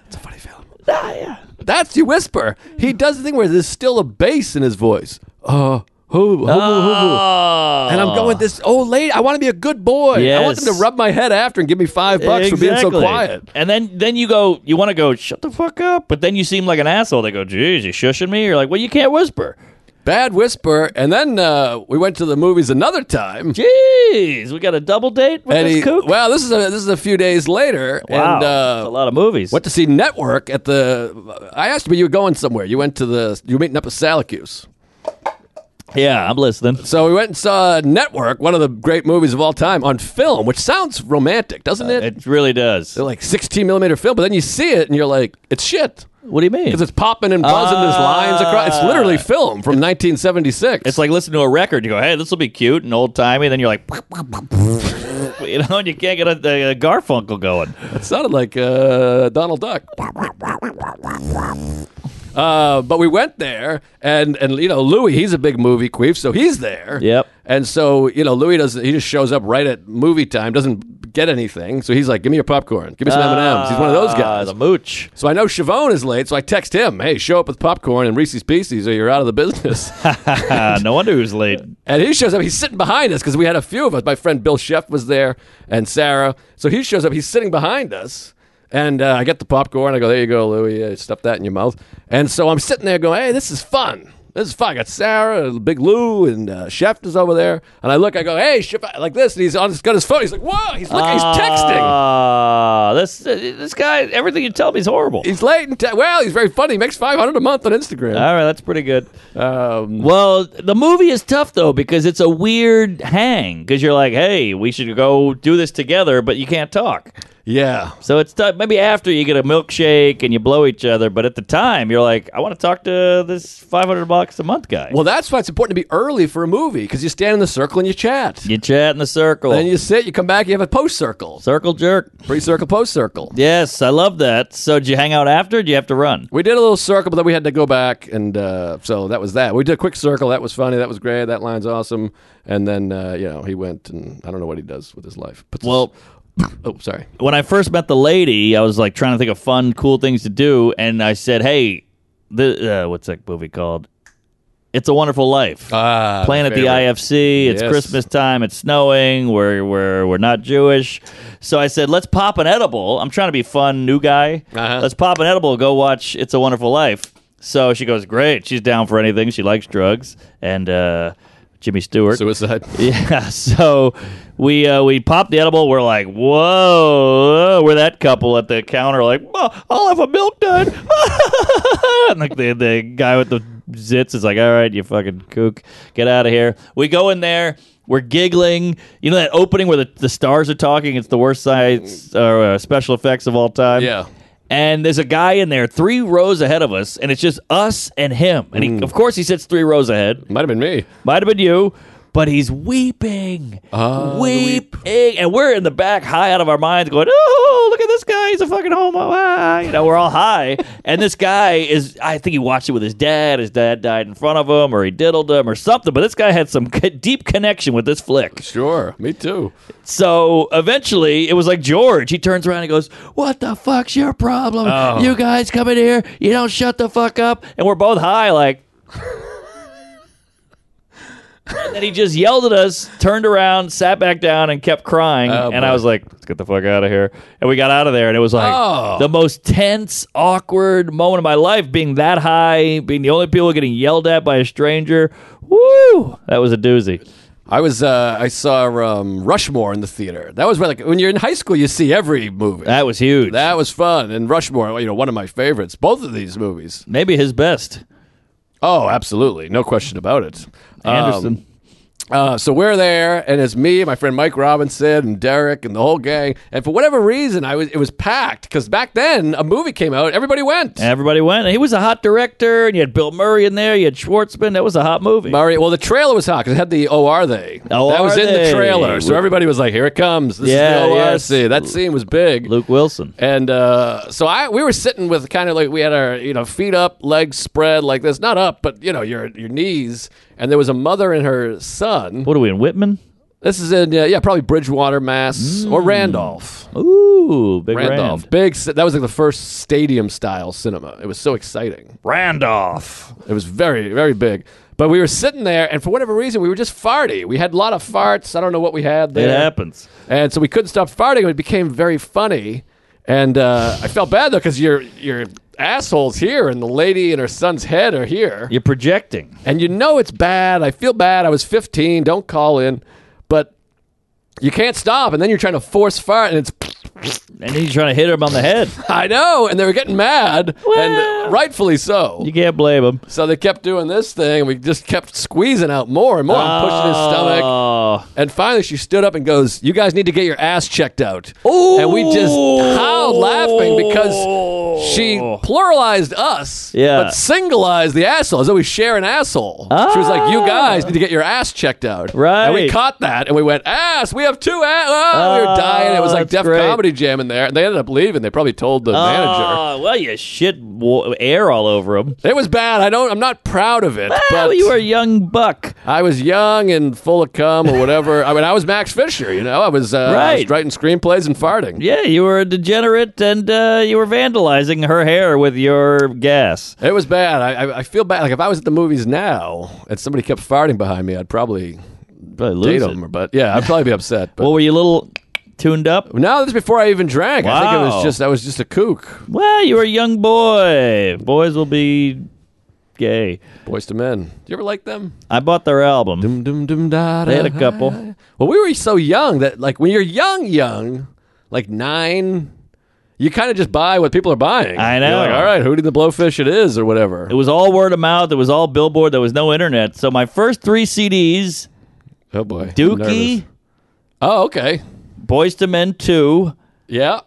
Speaker 3: It's a funny film.
Speaker 2: Ah, yeah.
Speaker 3: That's you whisper. He does the thing where there's still a bass in his voice. Uh, who, who, who, who.
Speaker 2: Oh.
Speaker 3: And I'm going this old lady. I want to be a good boy. I want them
Speaker 2: Yes.
Speaker 3: to rub my head after and give me five bucks for being so
Speaker 2: Exactly.
Speaker 3: quiet.
Speaker 2: And then then you go, you want to go, shut the fuck up. But then you seem like an asshole. They go, geez, you shushing me? You're like, well, you can't whisper.
Speaker 3: Bad whisper. And then uh, we went to the movies another time.
Speaker 2: Jeez, we got a double date with
Speaker 3: and
Speaker 2: this
Speaker 3: he,
Speaker 2: kook.
Speaker 3: well, this is a, this is a few days later.
Speaker 2: wow,
Speaker 3: And
Speaker 2: that's a
Speaker 3: uh,
Speaker 2: lot of movies.
Speaker 3: went to see Network at the. I asked you, you were going somewhere. You went to the. You were meeting up with Salacuse.
Speaker 2: yeah, I'm listening.
Speaker 3: So we went and saw Network, one of the great movies of all time, on film, which sounds romantic, doesn't it?
Speaker 2: Uh, It really does.
Speaker 3: They're like 16 millimeter film, but then you see it and you're like, it's shit.
Speaker 2: What do you mean?
Speaker 3: Because it's popping and buzzing. There's lines across. It's literally film from 1976.
Speaker 2: Ah. It's like listening to a record. You go, hey, this will be cute and old timey. Then you're like, you know, and you can't get a, a Garfunkel going.
Speaker 3: it sounded like uh, Donald Duck. Uh, but we went there, and and you know Louis, he's a big movie queef, so he's there.
Speaker 2: Yep.
Speaker 3: And so you know Louis does. He just shows up right at movie time, doesn't get anything. So he's like, "Give me your popcorn. Give me some M and M's." He's one of those
Speaker 2: Ah,
Speaker 3: guys.
Speaker 2: The mooch.
Speaker 3: So I know Siobhan is late, so I text him, "Hey, show up with popcorn and Reese's Pieces, or you're out of the business."
Speaker 2: Ah, no wonder who's late.
Speaker 3: And he shows up. He's sitting behind us because we had a few of us. My friend Bill Sheff was there and Sarah. So he shows up. He's sitting behind us. And uh, I get the popcorn. I go, there you go, Louis. Uh, stuff that in your mouth. And so I'm sitting there going, hey, this is fun. This is fun. I got Sarah, and Big Lou, and uh, Sheff is over there. And I look, I go, hey, Sheff, like this. And he's on, he's got his phone. He's like, whoa, he's looking, he's texting.
Speaker 2: Ah, this this guy. Everything you tell me is horrible.
Speaker 3: He's late. And te- well, he's very funny. He makes 500 a month on Instagram.
Speaker 2: All right, that's pretty good.
Speaker 3: um,
Speaker 2: Well, the movie is tough though because it's a weird hang because you're like, hey, we should go do this together, but you can't talk.
Speaker 3: Yeah.
Speaker 2: So it's t- maybe after you get a milkshake and you blow each other, but at the time you're like, I want to talk to this 500 bucks a month guy.
Speaker 3: Well, that's why it's important to be early for a movie because you stand in the circle and you chat.
Speaker 2: you chat in the circle,
Speaker 3: Then you sit, you come back, you have a post circle,
Speaker 2: circle jerk.
Speaker 3: pre circle, post circle.
Speaker 2: Yes, I love that. So did you hang out after? Or did you have to run?
Speaker 3: We did a little circle, but then we had to go back, and uh, so that was that. We did a quick circle. That was funny. That was great. That line's awesome. And then uh, you know he went, and I don't know what he does with his life. Puts his-
Speaker 2: Well,
Speaker 3: oh sorry.
Speaker 2: when I first met the lady, I was like trying to think of fun, cool things to do, and I said, "Hey, the uh, what's that movie called? It's a Wonderful Life."
Speaker 3: Ah,
Speaker 2: Playing at the IFC, it's
Speaker 3: Yes.
Speaker 2: Christmas time, it's snowing, we're, we're, we're not Jewish. So I said, let's pop an edible. I'm trying to be fun, new guy.
Speaker 3: Uh-huh.
Speaker 2: Let's pop an edible, go watch It's a Wonderful Life. So she goes, great. She's down for anything. She likes drugs and uh, Jimmy Stewart.
Speaker 3: Suicide.
Speaker 2: Yeah, so we uh, we popped the edible. We're like, whoa, we're that couple at the counter. Like, "Oh, I'll have a milk dud. and like the the guy with the zits is like, all right, you fucking kook, get out of here. We go in there. We're giggling. You know that opening where the, the stars are talking. It's the worst science or uh, special effects of all time.
Speaker 3: Yeah.
Speaker 2: And there's a guy in there three rows ahead of us, and it's just us and him. And he, of course, he sits three rows ahead.
Speaker 3: Might have been me.
Speaker 2: Might have been you, but he's weeping.
Speaker 3: Ah, the
Speaker 2: weeping. And we're in the back, high out of our minds, going, oh, look at this guy. He's a fucking homo. Ah. You know, we're all high. and this guy is, I think he watched it with his dad. His dad died in front of him, or he diddled him, or something. But this guy had some co- deep connection with this flick.
Speaker 3: Sure, me too.
Speaker 2: So eventually, it was like George. He turns around and goes, "What the fuck's your problem?
Speaker 3: Oh.
Speaker 2: You guys come in here. You don't shut the fuck up." And we're both high, like. and then he just yelled at us, turned around, sat back down, and kept crying.
Speaker 3: Oh,
Speaker 2: and
Speaker 3: boy.
Speaker 2: I was like, "Let's get the fuck out of here." And we got out of there, and it was like
Speaker 3: Oh.
Speaker 2: the most tense, awkward moment of my life, being that high, being the only people getting yelled at by a stranger. Woo! That was a doozy.
Speaker 3: I was uh, I saw um, Rushmore in the theater. That was where, like when you're in high school, you see every movie.
Speaker 2: That was huge.
Speaker 3: That was fun. And Rushmore, you know, one of my favorites. Both of these movies.
Speaker 2: Maybe his best.
Speaker 3: Oh, absolutely, no question about it. Um,
Speaker 2: Anderson.
Speaker 3: Uh, so we're there, and it's me, my friend Mike Robinson, and Derek, and the whole gang. And for whatever reason, I was it was packed because back then a movie came out, everybody went.
Speaker 2: Everybody went. And he was a hot director, and you had Bill Murray in there. You had Schwartzman. That was a hot movie.
Speaker 3: Murray, well, the trailer was hot because it had the "Oh, are they?"
Speaker 2: Oh,
Speaker 3: that was
Speaker 2: are
Speaker 3: in
Speaker 2: they?
Speaker 3: the trailer, so everybody was like, "Here it comes!" This
Speaker 2: Yeah,
Speaker 3: is the
Speaker 2: yes.
Speaker 3: ORC. That scene was big.
Speaker 2: Luke Wilson.
Speaker 3: And uh, so I we were sitting with kind of like we had our you know feet up, legs spread like this, not up, but you know your your knees. And there was a mother and her son.
Speaker 2: What are we in Whitman?
Speaker 3: This is in uh, yeah probably Bridgewater, Mass, or
Speaker 2: Mm.
Speaker 3: Randolph.
Speaker 2: Ooh, big
Speaker 3: Randolph,
Speaker 2: Rand.
Speaker 3: big. ci- That was like the first stadium style cinema. It was so exciting.
Speaker 2: Randolph.
Speaker 3: It was very very big. But we were sitting there, and for whatever reason, we were just farty. We had a lot of farts. I don't know what we had
Speaker 2: It
Speaker 3: there.
Speaker 2: happens.
Speaker 3: And so we couldn't stop farting, and it became very funny. And uh, I felt bad though because your your assholes here, and the lady and her son's head are here,
Speaker 2: You're projecting.
Speaker 3: and you know it's bad. I feel bad. I was 15. Don't call in, but you can't stop. And then you're trying to force fart, and it's
Speaker 2: And he's trying to hit him on the head.
Speaker 3: I know, and they were getting mad,
Speaker 2: Well.
Speaker 3: and rightfully so.
Speaker 2: You can't blame him.
Speaker 3: So they kept doing this thing, and we just kept squeezing out more and more. I'm pushing his stomach.
Speaker 2: Oh.
Speaker 3: And finally, she stood up and goes, "You guys need to get your ass checked out." Oh, and we just howled laughing because she pluralized us,
Speaker 2: Yeah.
Speaker 3: but singleized the asshole as though we share an asshole. She was like, "You guys need to get your ass checked out." And we
Speaker 2: Ah. Right.
Speaker 3: caught that, and we went, "Ass, we have two ass." Oh, we were
Speaker 2: Ah,
Speaker 3: dying. It was like
Speaker 2: that's
Speaker 3: Def
Speaker 2: great.
Speaker 3: Comedy Jam in there, and they ended up leaving. They probably told the manager.
Speaker 2: Oh, well, you shit wa- air all over him.
Speaker 3: It was bad. I don't. I'm not proud of it.
Speaker 2: Well,
Speaker 3: but
Speaker 2: you were a young buck.
Speaker 3: I was young and full of cum or whatever. I mean, I was Max Fisher. You know, I was, uh, I was
Speaker 2: Right.
Speaker 3: writing screenplays and farting.
Speaker 2: Yeah, you were a degenerate, and uh, you were vandalizing her hair with your gas.
Speaker 3: It was bad. I, I, I feel bad. Like if I was at the movies now and somebody kept farting behind me, I'd probably
Speaker 2: Probably lose
Speaker 3: date
Speaker 2: it.
Speaker 3: them. But yeah, I'd probably be upset. But
Speaker 2: Well, were you a little tuned up?
Speaker 3: no, this is before I even drank. I think it
Speaker 2: Wow.
Speaker 3: was just I was just a kook.
Speaker 2: Well, you were a young boy. Boys will be gay.
Speaker 3: Boys to Men. Do you ever like them?
Speaker 2: I bought their album.
Speaker 3: Dum dum dum da.
Speaker 2: They had a
Speaker 3: da.
Speaker 2: couple.
Speaker 3: Well, we were so young that like when you're young, young, like nine, you kind of just buy what people are buying.
Speaker 2: I know. Oh,
Speaker 3: You're like, all right, Hootie the Blowfish, it is or whatever.
Speaker 2: It was all word of mouth. It was all billboard. There was no internet. So my first three CDs:
Speaker 3: Oh boy, I'm nervous.
Speaker 2: Dookie,
Speaker 3: Oh okay.
Speaker 2: Boys to Men Two,
Speaker 3: Yeah.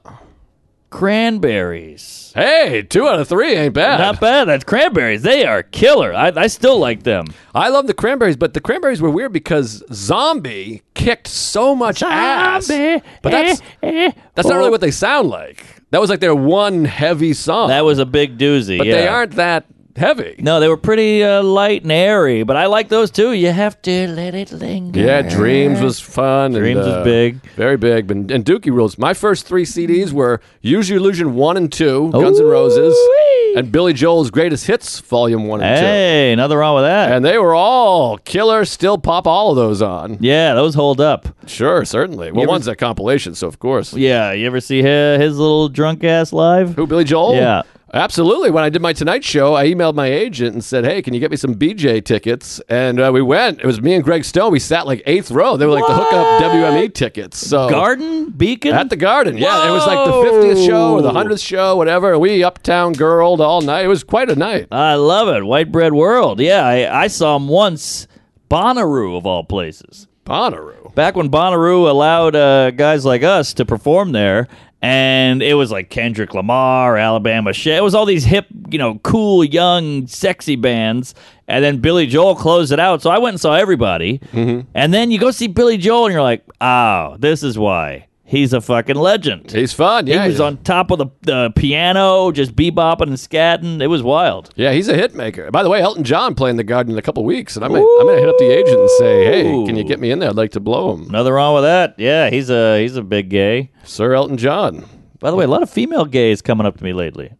Speaker 2: Cranberries.
Speaker 3: Hey, two out of three ain't bad.
Speaker 2: Not bad. That's cranberries. They are killer. I, I still like them.
Speaker 3: I love the cranberries, but the cranberries were weird because Zombie kicked so much ass.
Speaker 2: Zombie,
Speaker 3: But that's
Speaker 2: eh, eh.
Speaker 3: that's not really what they sound like. That was like their one heavy song.
Speaker 2: That was a big doozy.
Speaker 3: but
Speaker 2: yeah.
Speaker 3: they aren't that heavy.
Speaker 2: No, they were pretty uh, light and airy, but I like those too. You have to let it linger.
Speaker 3: Yeah, Dreams was fun. and,
Speaker 2: Dreams was
Speaker 3: uh,
Speaker 2: big.
Speaker 3: Very big. And, and Dookie Rules. My first three CDs were Use Your Illusion 1 and 2, Guns N' Roses,
Speaker 2: Ooh-wee.
Speaker 3: and Billy Joel's Greatest Hits, Volume 1 and 2.
Speaker 2: Hey, nothing wrong with that.
Speaker 3: And they were all killer. Still pop all of those on.
Speaker 2: yeah, those hold up.
Speaker 3: Sure, certainly. Well, one's a compilation, so of course.
Speaker 2: Yeah, you ever see his, his little drunk ass live?
Speaker 3: Who, Billy Joel?
Speaker 2: Yeah.
Speaker 3: Absolutely. When I did my Tonight Show, I emailed my agent and said, hey, can you get me some BJ tickets? And uh, we went. It was me and Greg Stone. We sat like eighth row. They were like the hookup WME tickets. So
Speaker 2: Garden Beacon?
Speaker 3: At the Garden, yeah. It was like the 50th show or the 100th show, whatever. We uptown girled all night. It was quite a night.
Speaker 2: I love it. White Bread World. Yeah, I, I saw him once. Bonnaroo, of all places.
Speaker 3: Bonnaroo.
Speaker 2: Back when Bonnaroo allowed uh, guys like us to perform there, and it was like Kendrick Lamar, Alabama Shit. It was all these hip, you know, cool, young, sexy bands. And then Billy Joel closed it out. So I went and saw everybody. And then you go see Billy Joel, and you're like, oh, this is why. He's a fucking legend.
Speaker 3: He's fun. Yeah,
Speaker 2: he was
Speaker 3: yeah.
Speaker 2: on top of the, the piano, just bebopping and scatting. It was wild.
Speaker 3: Yeah, he's a hit maker. By the way, Elton John playing the Garden in a couple weeks, and I'm gonna, I'm gonna hit up the agent and say, hey, can you get me in there? I'd like to blow him,
Speaker 2: Nothing wrong with that. Yeah, he's a he's a big gay.
Speaker 3: Sir Elton John.
Speaker 2: By the way, a lot of female gays coming up to me lately.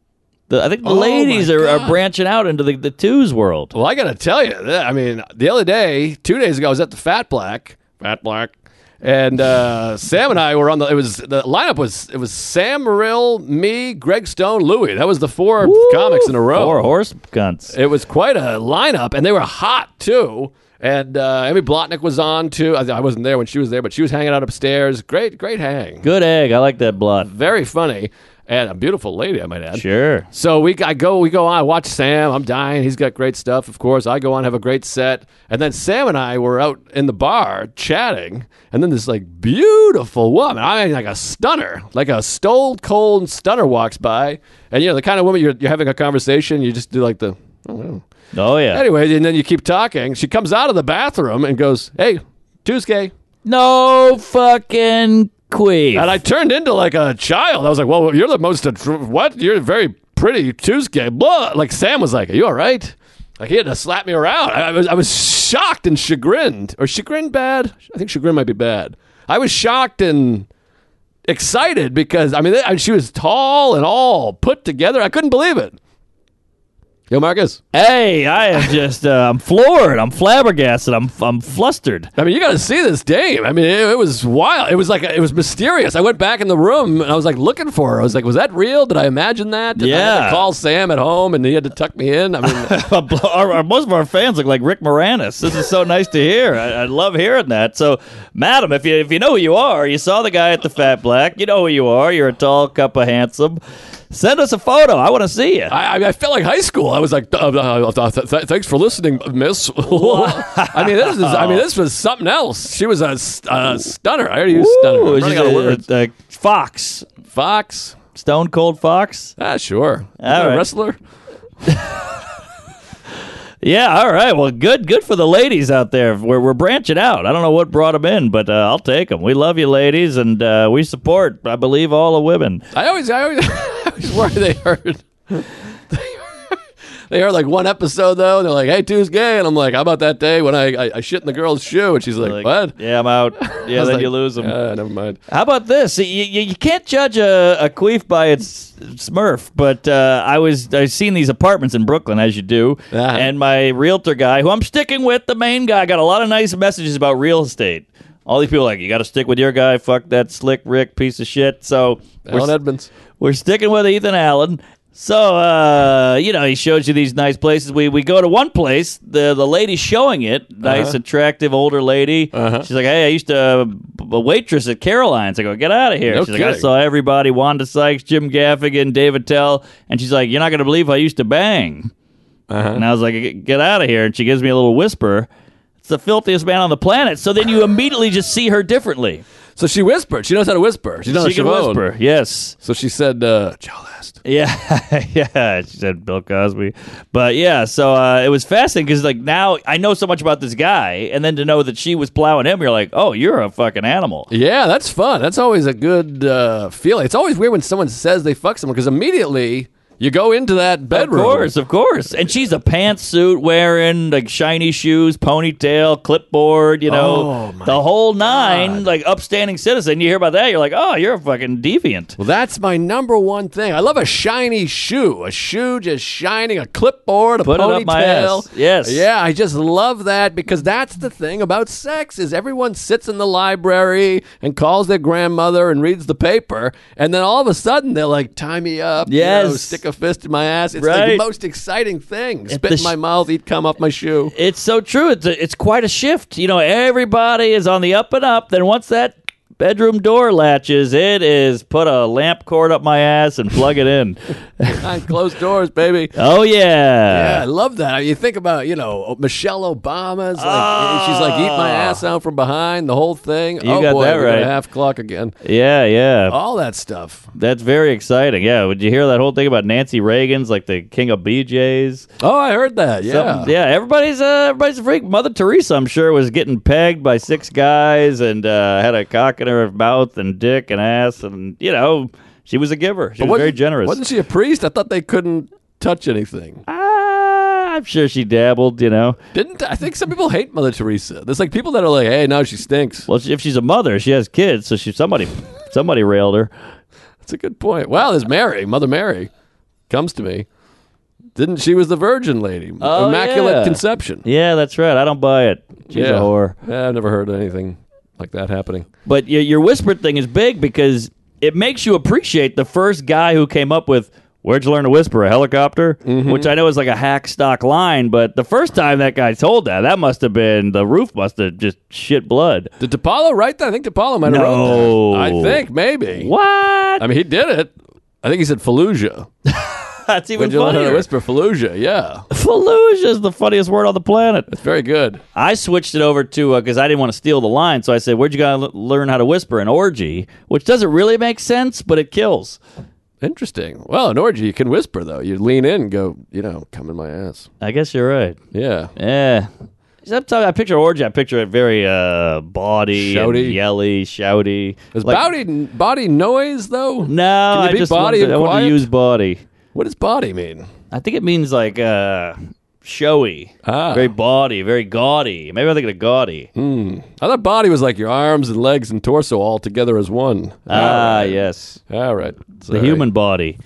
Speaker 2: The, I think the
Speaker 3: Oh,
Speaker 2: ladies
Speaker 3: my
Speaker 2: are, are branching out into the, the twos world.
Speaker 3: Well, I gotta tell you, that- I mean, the other day, two days ago, I was at the Fat Black, Fat Black, and uh, Sam and I were on the. It was the lineup was it was Sam Morrill, me, Greg Stone, Louie. That was the four comics in a row.
Speaker 2: Four horse cunts.
Speaker 3: It was quite a lineup, and they were hot too. And uh, Emmy Blotnick was on too. I, I wasn't there when she was there, but she was hanging out upstairs. Great, great hang.
Speaker 2: Good egg. I like that blood.
Speaker 3: Very funny, and a beautiful lady, I might add.
Speaker 2: Sure.
Speaker 3: So we I go we go on I watch Sam. I'm dying. He's got great stuff. Of course, I go on have a great set, and then Sam and I were out in the bar chatting, and then this like beautiful woman, I mean like a stunner, like a stone cold stunner walks by, and you know the kind of woman you're you're having a conversation, you just do like the. "Oh."
Speaker 2: Oh yeah.
Speaker 3: Anyway, and then you keep talking. She comes out of the bathroom and goes, "Hey, Tuesday."
Speaker 2: No fucking queef.
Speaker 3: And I turned into like a child. I was like, "Well, you're the most attr- what? You're very pretty Tuesday." Blah. Like Sam was like, "Are you all right?" Like he had to slap me around. I, I was I was shocked and chagrined, or chagrined bad. I think chagrin might be bad. I was shocked and excited because I mean I- she was tall and all put together. I couldn't believe it. Yo, Marcus.
Speaker 2: hey, I am just uh, I'm floored. I'm flabbergasted. I'm I'm flustered.
Speaker 3: I mean, you got to see this dame. I mean, it, it was wild. It was like it was mysterious. I went back in the room and I was like looking for her. I was like, was that real? Did I imagine that? Did I have to
Speaker 2: Yeah.
Speaker 3: call Sam at home and he had to tuck me in. I mean,
Speaker 2: our, our, most of our fans look like Rick Moranis. This is so nice to hear. I, I love hearing that. So, madam, if you if you know who you are, you saw the guy at the Fat Black. You know who you are. You're a tall, cup of handsome. Send us a photo. I want to see you.
Speaker 3: I, I, mean, I felt like high school. I was like, uh, uh, uh, th- th- thanks for listening, Miss. I mean, this is. I mean, this was something else. She was a, s- a stunner. I already used stunner. I'm
Speaker 2: Ooh,
Speaker 3: running
Speaker 2: she's
Speaker 3: out of
Speaker 2: a-
Speaker 3: words.
Speaker 2: a- a fox,
Speaker 3: Fox.
Speaker 2: Stone Cold Fox.
Speaker 3: Ah, sure. Isn't
Speaker 2: All
Speaker 3: that a
Speaker 2: right.
Speaker 3: wrestler.
Speaker 2: Yeah. All right. Well, good. Good for the ladies out there. We're we're branching out. I don't know what brought them in, but uh, I'll take them. We love you, ladies, and uh, we support. I believe all the women.
Speaker 3: I always, I always, I always worry they heard. they heard- They heard like one episode though, and they're like, "Hey, Tuesday," gay," and I'm like, "How about that day when I I, I shit in the girl's shoe?" And she's like,
Speaker 2: Like,
Speaker 3: "What?"
Speaker 2: Yeah, I'm out. Yeah,
Speaker 3: I was
Speaker 2: then
Speaker 3: like,
Speaker 2: you lose them.
Speaker 3: "Ah, never mind.
Speaker 2: How about this? You, you, you can't judge a, a queef by its smurf, but uh, I was I've seen these apartments in Brooklyn as you do,
Speaker 3: Uh-huh.
Speaker 2: and my realtor guy, who I'm sticking with, the main guy, got a lot of nice messages about real estate. All these people are like you got to stick with your guy. Fuck that slick Rick piece of shit. So we're,
Speaker 3: Alan Edmonds.
Speaker 2: we're sticking with Ethan Allen. So uh, you know, he shows you these nice places. We we go to one place. The the lady showing it, nice,
Speaker 3: Uh-huh.
Speaker 2: attractive older lady. She's like, "Hey, I used to b- a waitress at Caroline's." I go, "Get out of here!"
Speaker 3: No
Speaker 2: she's like, "I
Speaker 3: kidding.
Speaker 2: saw everybody: Wanda Sykes, Jim Gaffigan, David Tell." And she's like, "You're not gonna believe I used to bang."
Speaker 3: Uh-huh.
Speaker 2: And I was like, "Get- "Get out of here!" And she gives me a little whisper. It's the filthiest man on the planet. So then you immediately just see her differently.
Speaker 3: So she whispered. She knows how to whisper. She's not
Speaker 2: she
Speaker 3: a
Speaker 2: can
Speaker 3: Siobhan.
Speaker 2: whisper. Yes.
Speaker 3: So she said, uh, Joe last.
Speaker 2: Yeah, yeah. She said Bill Cosby, but yeah. So uh, it was fascinating because like now I know so much about this guy, and then to know that she was plowing him, you're like, oh, you're a fucking animal.
Speaker 3: Yeah, that's fun. That's always a good uh, feeling. It's always weird when someone says they fuck someone because immediately you go into that bedroom.
Speaker 2: Of course, of course. And she's a pantsuit wearing, like shiny shoes, ponytail, clipboard, you know,
Speaker 3: Oh, my
Speaker 2: the whole nine, like upstanding citizen. You hear about that, you're like, oh, you're a fucking deviant.
Speaker 3: Well, that's my number one thing. I love a shiny shoe. A shoe just shining, a clipboard, a
Speaker 2: Put it
Speaker 3: ponytail.
Speaker 2: up my ass. Yes.
Speaker 3: Yeah, I just love that because that's the thing about sex is everyone sits in the library and calls their grandmother and reads the paper, and then all of a sudden they're like, "Tie me up, you know,
Speaker 2: Yes.
Speaker 3: stick a fist in my ass." It's
Speaker 2: Right.
Speaker 3: the most exciting thing. Spit
Speaker 2: the
Speaker 3: in
Speaker 2: sh-
Speaker 3: my mouth, eat cum off my shoe.
Speaker 2: It's so true. It's, a, it's quite a shift. You know, everybody is on the up and up. Then once that bedroom door latches, it is put a lamp cord up my ass and plug it in.
Speaker 3: Behind closed doors, baby.
Speaker 2: oh,
Speaker 3: Yeah,
Speaker 2: yeah.
Speaker 3: I love that. You think about, you know, Michelle Obama's like she's like eat my ass out from behind, the whole thing. oh
Speaker 2: Ah. got
Speaker 3: boy,
Speaker 2: that
Speaker 3: we're gonna
Speaker 2: right.
Speaker 3: half clock again.
Speaker 2: Yeah, yeah.
Speaker 3: All that stuff.
Speaker 2: That's very exciting. Yeah. Would you hear that whole thing about Nancy Reagan's like the king of BJ's?
Speaker 3: Oh, I heard that. Yeah.
Speaker 2: Something- yeah. Everybody's uh, everybody's a freak. Mother Teresa, I'm sure, was getting pegged by six guys and uh, had a cock in her mouth and dick and ass and you know she was a giver. She was
Speaker 3: Wasn't-
Speaker 2: very generous.
Speaker 3: Wasn't she a priest? I thought they couldn't touch anything.
Speaker 2: Ah, I'm sure she dabbled. You know.
Speaker 3: Didn't I think some people hate Mother Teresa? There's like people that are like, hey, now she stinks.
Speaker 2: Well, she, if she's a mother, she has kids, so she somebody somebody railed her.
Speaker 3: That's a good point. Wow, there's Mary, Mother Mary, comes to me. Didn't she was the Virgin Lady,
Speaker 2: Oh,
Speaker 3: Immaculate
Speaker 2: yeah.
Speaker 3: Conception?
Speaker 2: Yeah, that's right. I don't buy it. She's a whore.
Speaker 3: Yeah, I've never heard anything like that happening.
Speaker 2: But your, your whispered thing is big because it makes you appreciate the first guy who came up with "Where'd you learn to whisper?" A helicopter,
Speaker 3: Mm-hmm.
Speaker 2: which I know is like a hack stock line. But the first time that guy told that, that must have been the roof must have just shit blood.
Speaker 3: Did DePaulo write that? I think DePaulo might have
Speaker 2: No.
Speaker 3: wrote that. I think maybe.
Speaker 2: What?
Speaker 3: I mean, he did it. I think he said Fallujah.
Speaker 2: that's even
Speaker 3: Would you learn how to
Speaker 2: funnier.
Speaker 3: whisper Fallujah? Yeah,
Speaker 2: Fallujah is the funniest word on the planet.
Speaker 3: it's very good.
Speaker 2: I switched it over to because I didn't want to steal the line, so I said, "Where'd you guys l- learn how to whisper an orgy?" Which doesn't really make sense, but it kills.
Speaker 3: Interesting. Well, an orgy you can whisper though. You lean in, and go, you know, come in my ass.
Speaker 2: I guess you're right.
Speaker 3: Yeah.
Speaker 2: Yeah. Sometimes I picture orgy. I picture it very uh, bawdy, and
Speaker 3: Shouty.
Speaker 2: yelly, shouty.
Speaker 3: Is
Speaker 2: Like-
Speaker 3: body body noise though?
Speaker 2: No,
Speaker 3: Can you
Speaker 2: I
Speaker 3: be
Speaker 2: just
Speaker 3: body
Speaker 2: wanted-
Speaker 3: and
Speaker 2: I want to
Speaker 3: quiet?
Speaker 2: use body.
Speaker 3: What does body mean?
Speaker 2: I think it means like uh, showy,
Speaker 3: Ah. Hmm.
Speaker 2: very bawdy, very gaudy. Maybe I'm thinking of gaudy.
Speaker 3: I thought body was like your arms and legs and torso all together as one.
Speaker 2: Ah, yes.
Speaker 3: All right.
Speaker 2: the human body.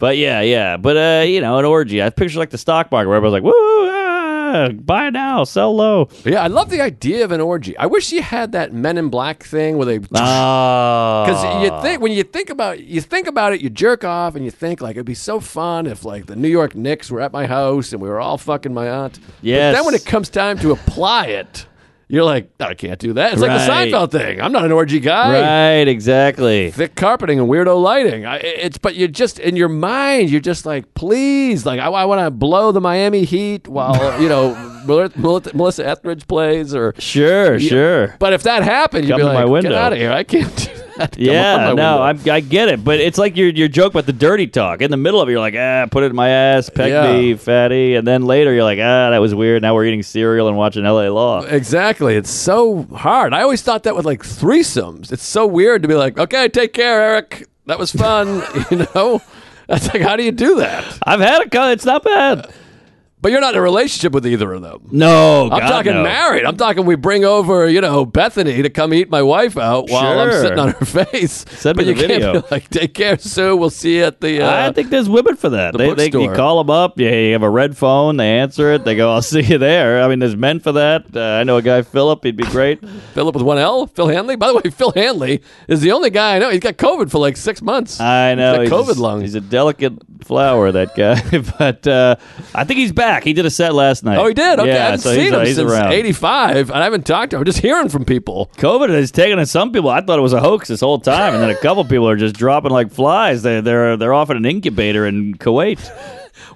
Speaker 2: But yeah, yeah. But uh, you know, an orgy. I picture like the stock market where everybody's like, "Woo, ah, buy now, sell low."
Speaker 3: Yeah, I love the idea of an orgy. I wish you had that Men in Black thing where they
Speaker 2: Ah,
Speaker 3: Because you think when you think about you think about it, you jerk off and you think like it'd be so fun if like the New York Knicks were at my house and we were all fucking my aunt.
Speaker 2: Yes.
Speaker 3: But then when it comes time to apply it, you're like, I can't do that. It's like
Speaker 2: Right.
Speaker 3: the Seinfeld thing. I'm not an orgy guy.
Speaker 2: right, exactly.
Speaker 3: Thick carpeting and weirdo lighting. I, it's but you're just in your mind. You're just like, please, like I, want to blow the Miami Heat while you know Mel- Mel- Melissa Etheridge plays or.
Speaker 2: Sure, sure.
Speaker 3: But if that happened, you'd
Speaker 2: Come
Speaker 3: be
Speaker 2: to
Speaker 3: like,
Speaker 2: my
Speaker 3: get
Speaker 2: window."
Speaker 3: out of here. I can't do that. Come
Speaker 2: yeah,
Speaker 3: on my
Speaker 2: no,
Speaker 3: window."
Speaker 2: I'm, I get it, but it's like your your joke about the dirty talk. In the middle of it, you're like, ah, put it in my ass, peg
Speaker 3: Yeah.
Speaker 2: me, fatty, and then later you're like, ah, that was weird. Now we're eating cereal and watching L.A. Law.
Speaker 3: Exactly. It's so hard. I always thought that with like threesomes. It's so weird to be like, okay, take care, Eric. That was fun. you know? That's like, how do you do that?
Speaker 2: I've had a cut. It's not bad.
Speaker 3: But you're not in a relationship with either of them.
Speaker 2: No,
Speaker 3: I'm
Speaker 2: God,
Speaker 3: talking
Speaker 2: no.
Speaker 3: married. I'm talking we bring over, you know, Bethany to come eat my wife out while I'm
Speaker 2: Sure.
Speaker 3: sitting on her face.
Speaker 2: Send
Speaker 3: but
Speaker 2: me
Speaker 3: you
Speaker 2: the
Speaker 3: can't
Speaker 2: video.
Speaker 3: be like, take care, Sue. We'll see you at the. Uh,
Speaker 2: I think there's women for that. they, they you
Speaker 3: bookstore.
Speaker 2: call them up. You, you have a red phone. They answer it. They go, "I'll see you there." I mean, there's men for that. Uh, I know a guy, Philip. He'd be great.
Speaker 3: Philip with one L, Phil Hanley. By the way, Phil Hanley is the only guy I know. He's got COVID for like six months.
Speaker 2: I know
Speaker 3: He's got
Speaker 2: a-
Speaker 3: COVID lungs.
Speaker 2: He's a delicate flower, that guy. but uh, I think he's back. He did a set last night.
Speaker 3: Oh, he did. Okay,
Speaker 2: yeah,
Speaker 3: I haven't
Speaker 2: so
Speaker 3: seen
Speaker 2: he's,
Speaker 3: him
Speaker 2: uh, he's
Speaker 3: since
Speaker 2: around.
Speaker 3: '85, and I haven't talked to him. I'm just hearing from people.
Speaker 2: COVID has taken in some people. I thought it was a hoax this whole time, and then a couple people are just dropping like flies. They, they're they're off in an incubator in Kuwait.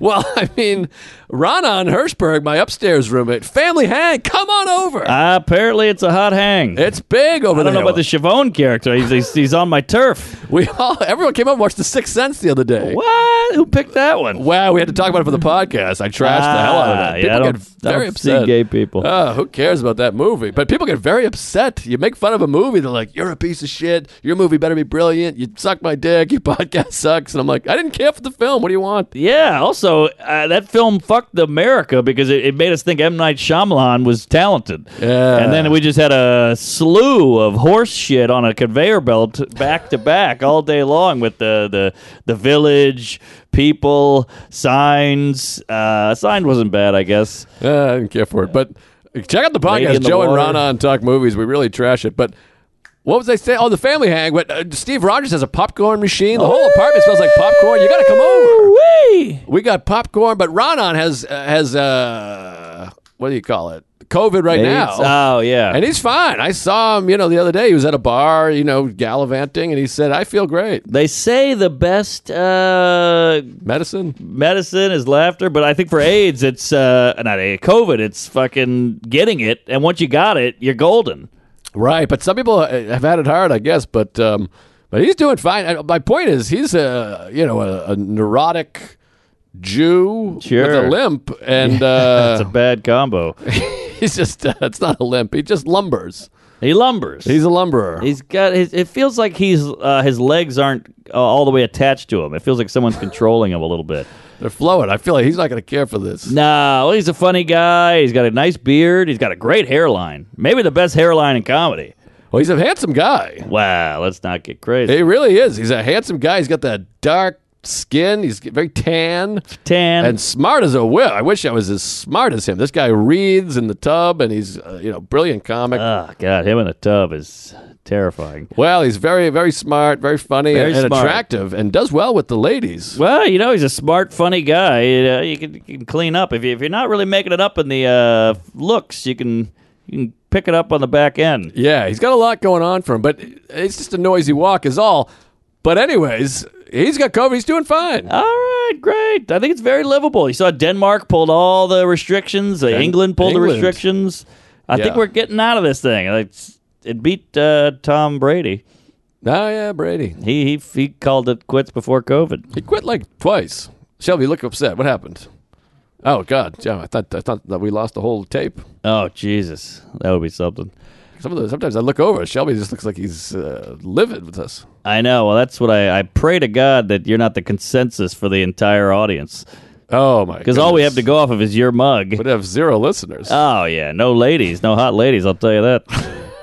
Speaker 3: Well, I mean, Rana on Hirschberg, my upstairs roommate, family hang, come on over.
Speaker 2: Uh, apparently, it's a hot hang.
Speaker 3: it's big over
Speaker 2: I don't
Speaker 3: there.
Speaker 2: know about the Chavon character. He's, he's, he's on my turf.
Speaker 3: we all, everyone came up and watched The Sixth Sense the other day.
Speaker 2: What? Who picked that one?
Speaker 3: Wow, we had to talk about it for the podcast. I trashed the hell out of
Speaker 2: Ah,
Speaker 3: that.
Speaker 2: yeah,
Speaker 3: People
Speaker 2: I don't-
Speaker 3: get very
Speaker 2: I don't see
Speaker 3: upset.
Speaker 2: gay people.
Speaker 3: Ah, who cares about that movie? But people get very upset. You make fun of a movie, they're like, "You're a piece of shit. Your movie better be brilliant. You suck my dick. Your podcast sucks." And I'm like, "I didn't care for the film. What do you want?"
Speaker 2: Yeah. Also, uh, that film fucked America because it, it made us think M Night Shyamalan was talented.
Speaker 3: Yeah.
Speaker 2: And then we just had a slew of horse shit on a conveyor belt back to back all day long with the the the village people signs. Uh, sign wasn't bad, I guess.
Speaker 3: Uh, I didn't care for it. But check out the
Speaker 2: Lady
Speaker 3: podcast,
Speaker 2: in the
Speaker 3: Joe and
Speaker 2: Water.
Speaker 3: Rana on Talk Movies. We really trash it. But what was I saying? Oh, the family hang. But uh, Steve Rogers has a popcorn machine. The whole apartment smells like popcorn. You got to come over.
Speaker 2: Woo-wee.
Speaker 3: We got popcorn, but Ronan has uh, has uh, what do you call it? COVID right now.
Speaker 2: Oh yeah.
Speaker 3: and he's fine. I saw him, you know, the other day. He was at a bar, you know, gallivanting, and he said, "I feel great."
Speaker 2: they say the best uh,
Speaker 3: Medicine.
Speaker 2: medicine is laughter, but I think for AIDS, it's uh, not a COVID. It's fucking getting it, and once you got it, you're golden.
Speaker 3: Right, but some people uh, have had it hard, I guess. But um, but he's doing fine. Uh, My point is, he's a you know a, a neurotic Jew with a
Speaker 2: Sure.
Speaker 3: limp, and uh,
Speaker 2: It's a bad combo.
Speaker 3: he's just uh, it's not a limp. He just lumbers.
Speaker 2: He lumbers.
Speaker 3: He's a lumberer.
Speaker 2: he's got his. It feels like he's uh, his legs aren't uh, all the way attached to him. It feels like someone's controlling him a little bit.
Speaker 3: They're flowing. I feel like he's not going to care for this.
Speaker 2: No, well, he's a funny guy. He's got a nice beard. He's got a great hairline. Maybe the best hairline in comedy.
Speaker 3: Well, he's a handsome guy.
Speaker 2: Wow, let's not get crazy.
Speaker 3: He really is. He's a handsome guy. He's got that dark skin. He's very tan
Speaker 2: Tan.
Speaker 3: and smart as a whip. I wish I was as smart as him. This guy reads in the tub, and he's uh, you know brilliant comic.
Speaker 2: oh God, him in a tub is terrifying.
Speaker 3: well, he's very very smart, very funny,
Speaker 2: Very
Speaker 3: and, and
Speaker 2: smart.
Speaker 3: attractive, and does well with the ladies.
Speaker 2: Well, you know, he's a smart, funny guy. You, know, you, can, you can clean up if, you, if you're not really making it up in the uh, looks. You can you can pick it up on the back end.
Speaker 3: Yeah, he's got a lot going on for him, but it's just a noisy walk is all. But anyways, he's got COVID. He's doing fine.
Speaker 2: All right, great. I think it's very livable. You saw Denmark pulled all the restrictions. Uh, England pulled the
Speaker 3: England.
Speaker 2: restrictions. I
Speaker 3: Yeah.
Speaker 2: think we're getting out of this thing. It's, it beat uh, Tom Brady.
Speaker 3: Oh yeah, Brady.
Speaker 2: He, he he called it quits before COVID.
Speaker 3: He quit like twice. Shelby, look upset. What happened? Oh God, yeah. I thought I thought that we lost the whole tape.
Speaker 2: Oh Jesus, that would be something.
Speaker 3: Some of the, sometimes I look over. Shelby just looks like he's uh, livid with us.
Speaker 2: I know. Well, that's what I, I pray to God that you're not the consensus for the entire audience.
Speaker 3: Oh my!
Speaker 2: Because all we have to go off of is your mug.
Speaker 3: would have zero listeners.
Speaker 2: Oh yeah, no ladies, no hot ladies. I'll tell you that.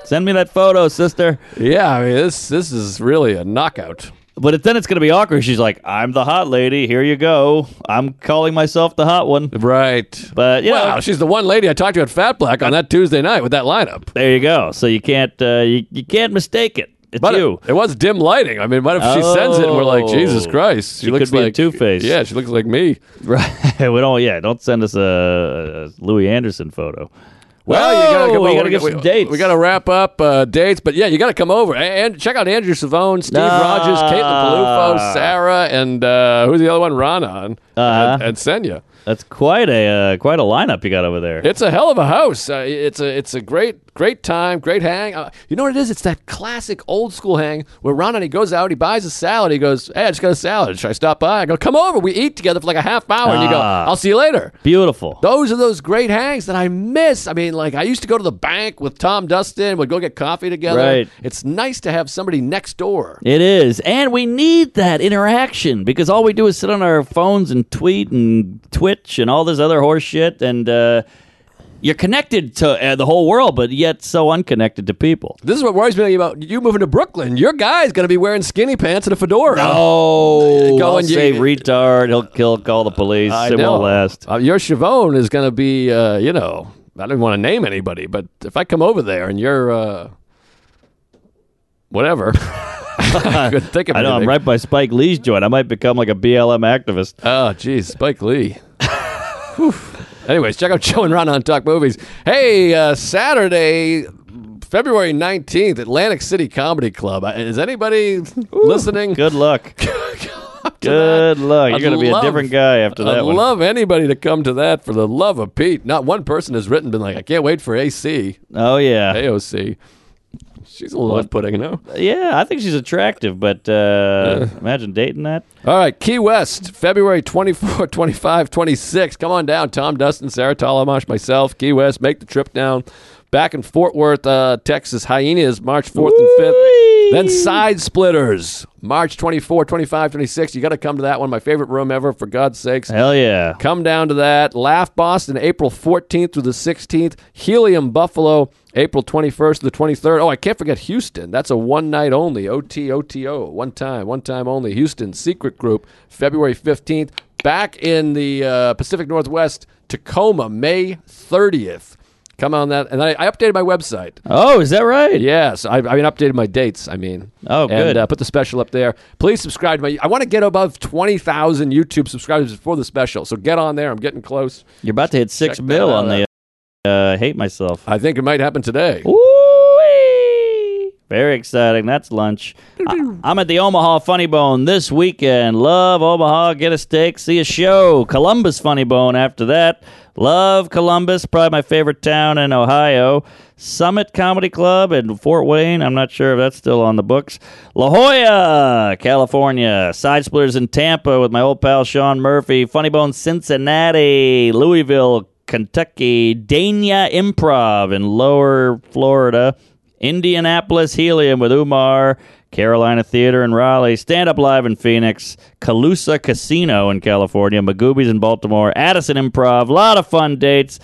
Speaker 2: Send me that photo, sister.
Speaker 3: yeah, I mean this this is really a knockout.
Speaker 2: But it, then it's gonna be awkward. She's like, "I'm the hot lady. Here you go. I'm calling myself the hot one."
Speaker 3: Right.
Speaker 2: But you
Speaker 3: wow,
Speaker 2: know,
Speaker 3: she's the one lady I talked to at Fat Black on that Tuesday night with that lineup.
Speaker 2: there you go. So you can't uh, you, you can't mistake it. It's
Speaker 3: But uh,
Speaker 2: you.
Speaker 3: It, was dim lighting. I mean, what if she sends it and we're like,
Speaker 2: Oh.
Speaker 3: Jesus Christ?
Speaker 2: She could be a two-face.
Speaker 3: Yeah, she looks like me.
Speaker 2: Right. we don't. Yeah. Don't send us a, a Louis Anderson photo.
Speaker 3: Well, you gotta come over.
Speaker 2: Whoa, Oh, we gotta get
Speaker 3: we,
Speaker 2: some dates.
Speaker 3: We gotta wrap up uh, dates, but yeah, you gotta come over A- and check out Andrew Savone, Steve
Speaker 2: Ah.
Speaker 3: Rogers, Caitlin Palufo, Sarah, and uh, who's the other one? Ronan
Speaker 2: Uh-huh.
Speaker 3: and, and Senya.
Speaker 2: That's quite a uh, quite a lineup you got over there.
Speaker 3: It's a hell of a house. Uh, it's a it's a great great time, great hang. Uh, you know what it is? It's that classic old school hang where Ronan he goes out, he buys a salad, he goes, "Hey, I just got a salad. Should I stop by?" I go, "Come over. We eat together for like a half hour," and you go,
Speaker 2: Ah.
Speaker 3: "I'll see you later."
Speaker 2: Beautiful.
Speaker 3: Those are those great hangs that I miss. I mean, like I used to go to the bank with Tom Dustin. We'd go get coffee together.
Speaker 2: Right.
Speaker 3: It's nice to have somebody next door.
Speaker 2: It is. And we need that interaction because all we do is sit on our phones and tweet and Twitch and all this other horse shit. And uh, you're connected to uh, the whole world, but yet so unconnected to people.
Speaker 3: This is what worries me about you moving to Brooklyn. Your guy's gonna be wearing skinny pants and a fedora.
Speaker 2: Oh,
Speaker 3: Go
Speaker 2: I'll
Speaker 3: and you-
Speaker 2: say retard. He'll kill, call the police.
Speaker 3: I
Speaker 2: it
Speaker 3: know.
Speaker 2: won't last.
Speaker 3: Uh, your Chavone is gonna be, uh, you know, I don't want to name anybody, but if I come over there and you're, uh, whatever, I could think of
Speaker 2: I know. I'm
Speaker 3: anything.
Speaker 2: right by Spike Lee's joint. I might become like a BLM activist.
Speaker 3: Oh, geez, Spike Lee. Whew. Anyways, check out Joe and Ron on Talk Movies. Hey, uh, Saturday, February 19th, Atlantic City Comedy Club. Uh, Is anybody listening?
Speaker 2: Good luck.
Speaker 3: to
Speaker 2: Good
Speaker 3: that.
Speaker 2: luck. You're
Speaker 3: I'd
Speaker 2: gonna be a
Speaker 3: love-
Speaker 2: different guy after that
Speaker 3: I'd
Speaker 2: one.
Speaker 3: love anybody to come to that for the love of Pete. Not one person has written been like, I can't wait for AC,
Speaker 2: Oh yeah,
Speaker 3: AOC. She's a little off-putting, no?
Speaker 2: yeah. I think she's attractive, but uh, imagine dating that.
Speaker 3: All right, Key West, February 24, 25, 26. Come on down. Tom Dustin, Sarah Talamash, myself, Key West, make the trip down. Back in Fort Worth, uh, Texas, Hyenas, March 4th and 5th. Then Side Splitters, March 24, 25, 26. You got to come to that one. My favorite room ever, for God's sakes.
Speaker 2: Hell yeah.
Speaker 3: Come down to that. Laugh Boston, April 14th through the 16th. Helium Buffalo, April 21st to the 23rd. Oh, I can't forget Houston. That's a one night only. OT, OTO. One time, one time only. Houston Secret Group, February 15th. Back in the uh, Pacific Northwest, Tacoma, May 30th. Come on that. And I, I updated my website.
Speaker 2: Oh, is that right?
Speaker 3: Yes, I, I mean updated my dates. I mean,
Speaker 2: Oh,
Speaker 3: And,
Speaker 2: good.
Speaker 3: uh, put the special up there. Please subscribe to my. I want to get above twenty thousand YouTube subscribers before the special. So get on there. I'm getting close.
Speaker 2: You're about to hit six
Speaker 3: Check that
Speaker 2: mil
Speaker 3: out.
Speaker 2: on the. Uh, hate myself.
Speaker 3: I think it might happen today.
Speaker 2: Woo-wee. Very exciting. That's lunch. I- I'm at the Omaha Funny Bone this weekend. Love Omaha. Get a steak. See a show. Columbus Funny Bone after that. Love Columbus. Probably my favorite town in Ohio. Summit Comedy Club in Fort Wayne. I'm not sure if that's still on the books. La Jolla, California. Side Splitters in Tampa with my old pal Sean Murphy. Funny Bone Cincinnati. Louisville, Kentucky, Dania Improv in Lower Florida, Indianapolis Helium with Umar, Carolina Theater in Raleigh, Stand Up Live in Phoenix, Calusa Casino in California, Magoobies in Baltimore, Addison Improv, a lot of fun dates.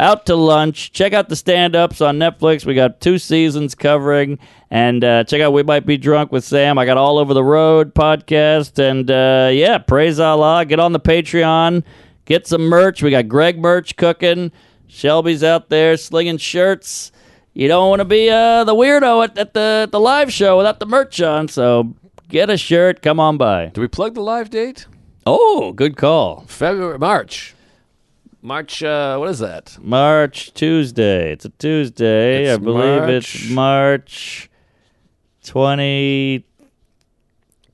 Speaker 2: Out to lunch. Check out the stand ups on Netflix. We got two seasons covering. And uh, check out We Might Be Drunk with Sam. I got All Over the Road podcast. And uh, yeah, praise Allah. Get on the Patreon. Get some merch. We got Greg merch cooking. Shelby's out there slinging shirts. You don't want to be uh, the weirdo at, at the the live show without the merch on. So get a shirt. Come on by.
Speaker 3: Do we plug the live date?
Speaker 2: Oh, good call.
Speaker 3: February, March, March. Uh, what is that?
Speaker 2: March Tuesday. It's a Tuesday.
Speaker 3: It's
Speaker 2: I believe it's March twenty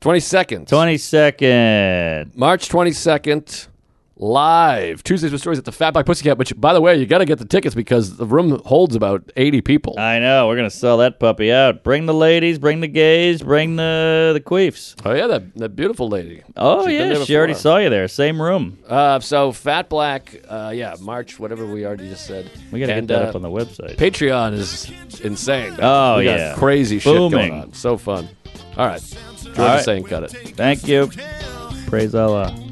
Speaker 3: Twenty second.
Speaker 2: twenty second.
Speaker 3: March twenty second. Live Tuesdays with Stories at the Fat Black Pussycat. Which, by the way, you got to get the tickets because the room holds about eighty people.
Speaker 2: I know. We're gonna sell that puppy out. Bring the ladies. Bring the gays. Bring the the queefs.
Speaker 3: oh yeah, that, that beautiful lady. She's
Speaker 2: Oh
Speaker 3: been
Speaker 2: yeah,
Speaker 3: there
Speaker 2: she already
Speaker 3: before.
Speaker 2: saw you there. Same room.
Speaker 3: Uh, so Fat Black, uh, yeah, March, whatever we already just said.
Speaker 2: We gotta
Speaker 3: And,
Speaker 2: get that
Speaker 3: uh,
Speaker 2: up on the website.
Speaker 3: Patreon is insane.
Speaker 2: Oh,
Speaker 3: We got
Speaker 2: yeah.
Speaker 3: crazy shit
Speaker 2: Booming.
Speaker 3: going on. So fun. All right, George
Speaker 2: right.
Speaker 3: is saying cut it.
Speaker 2: Thank you. Praise Allah.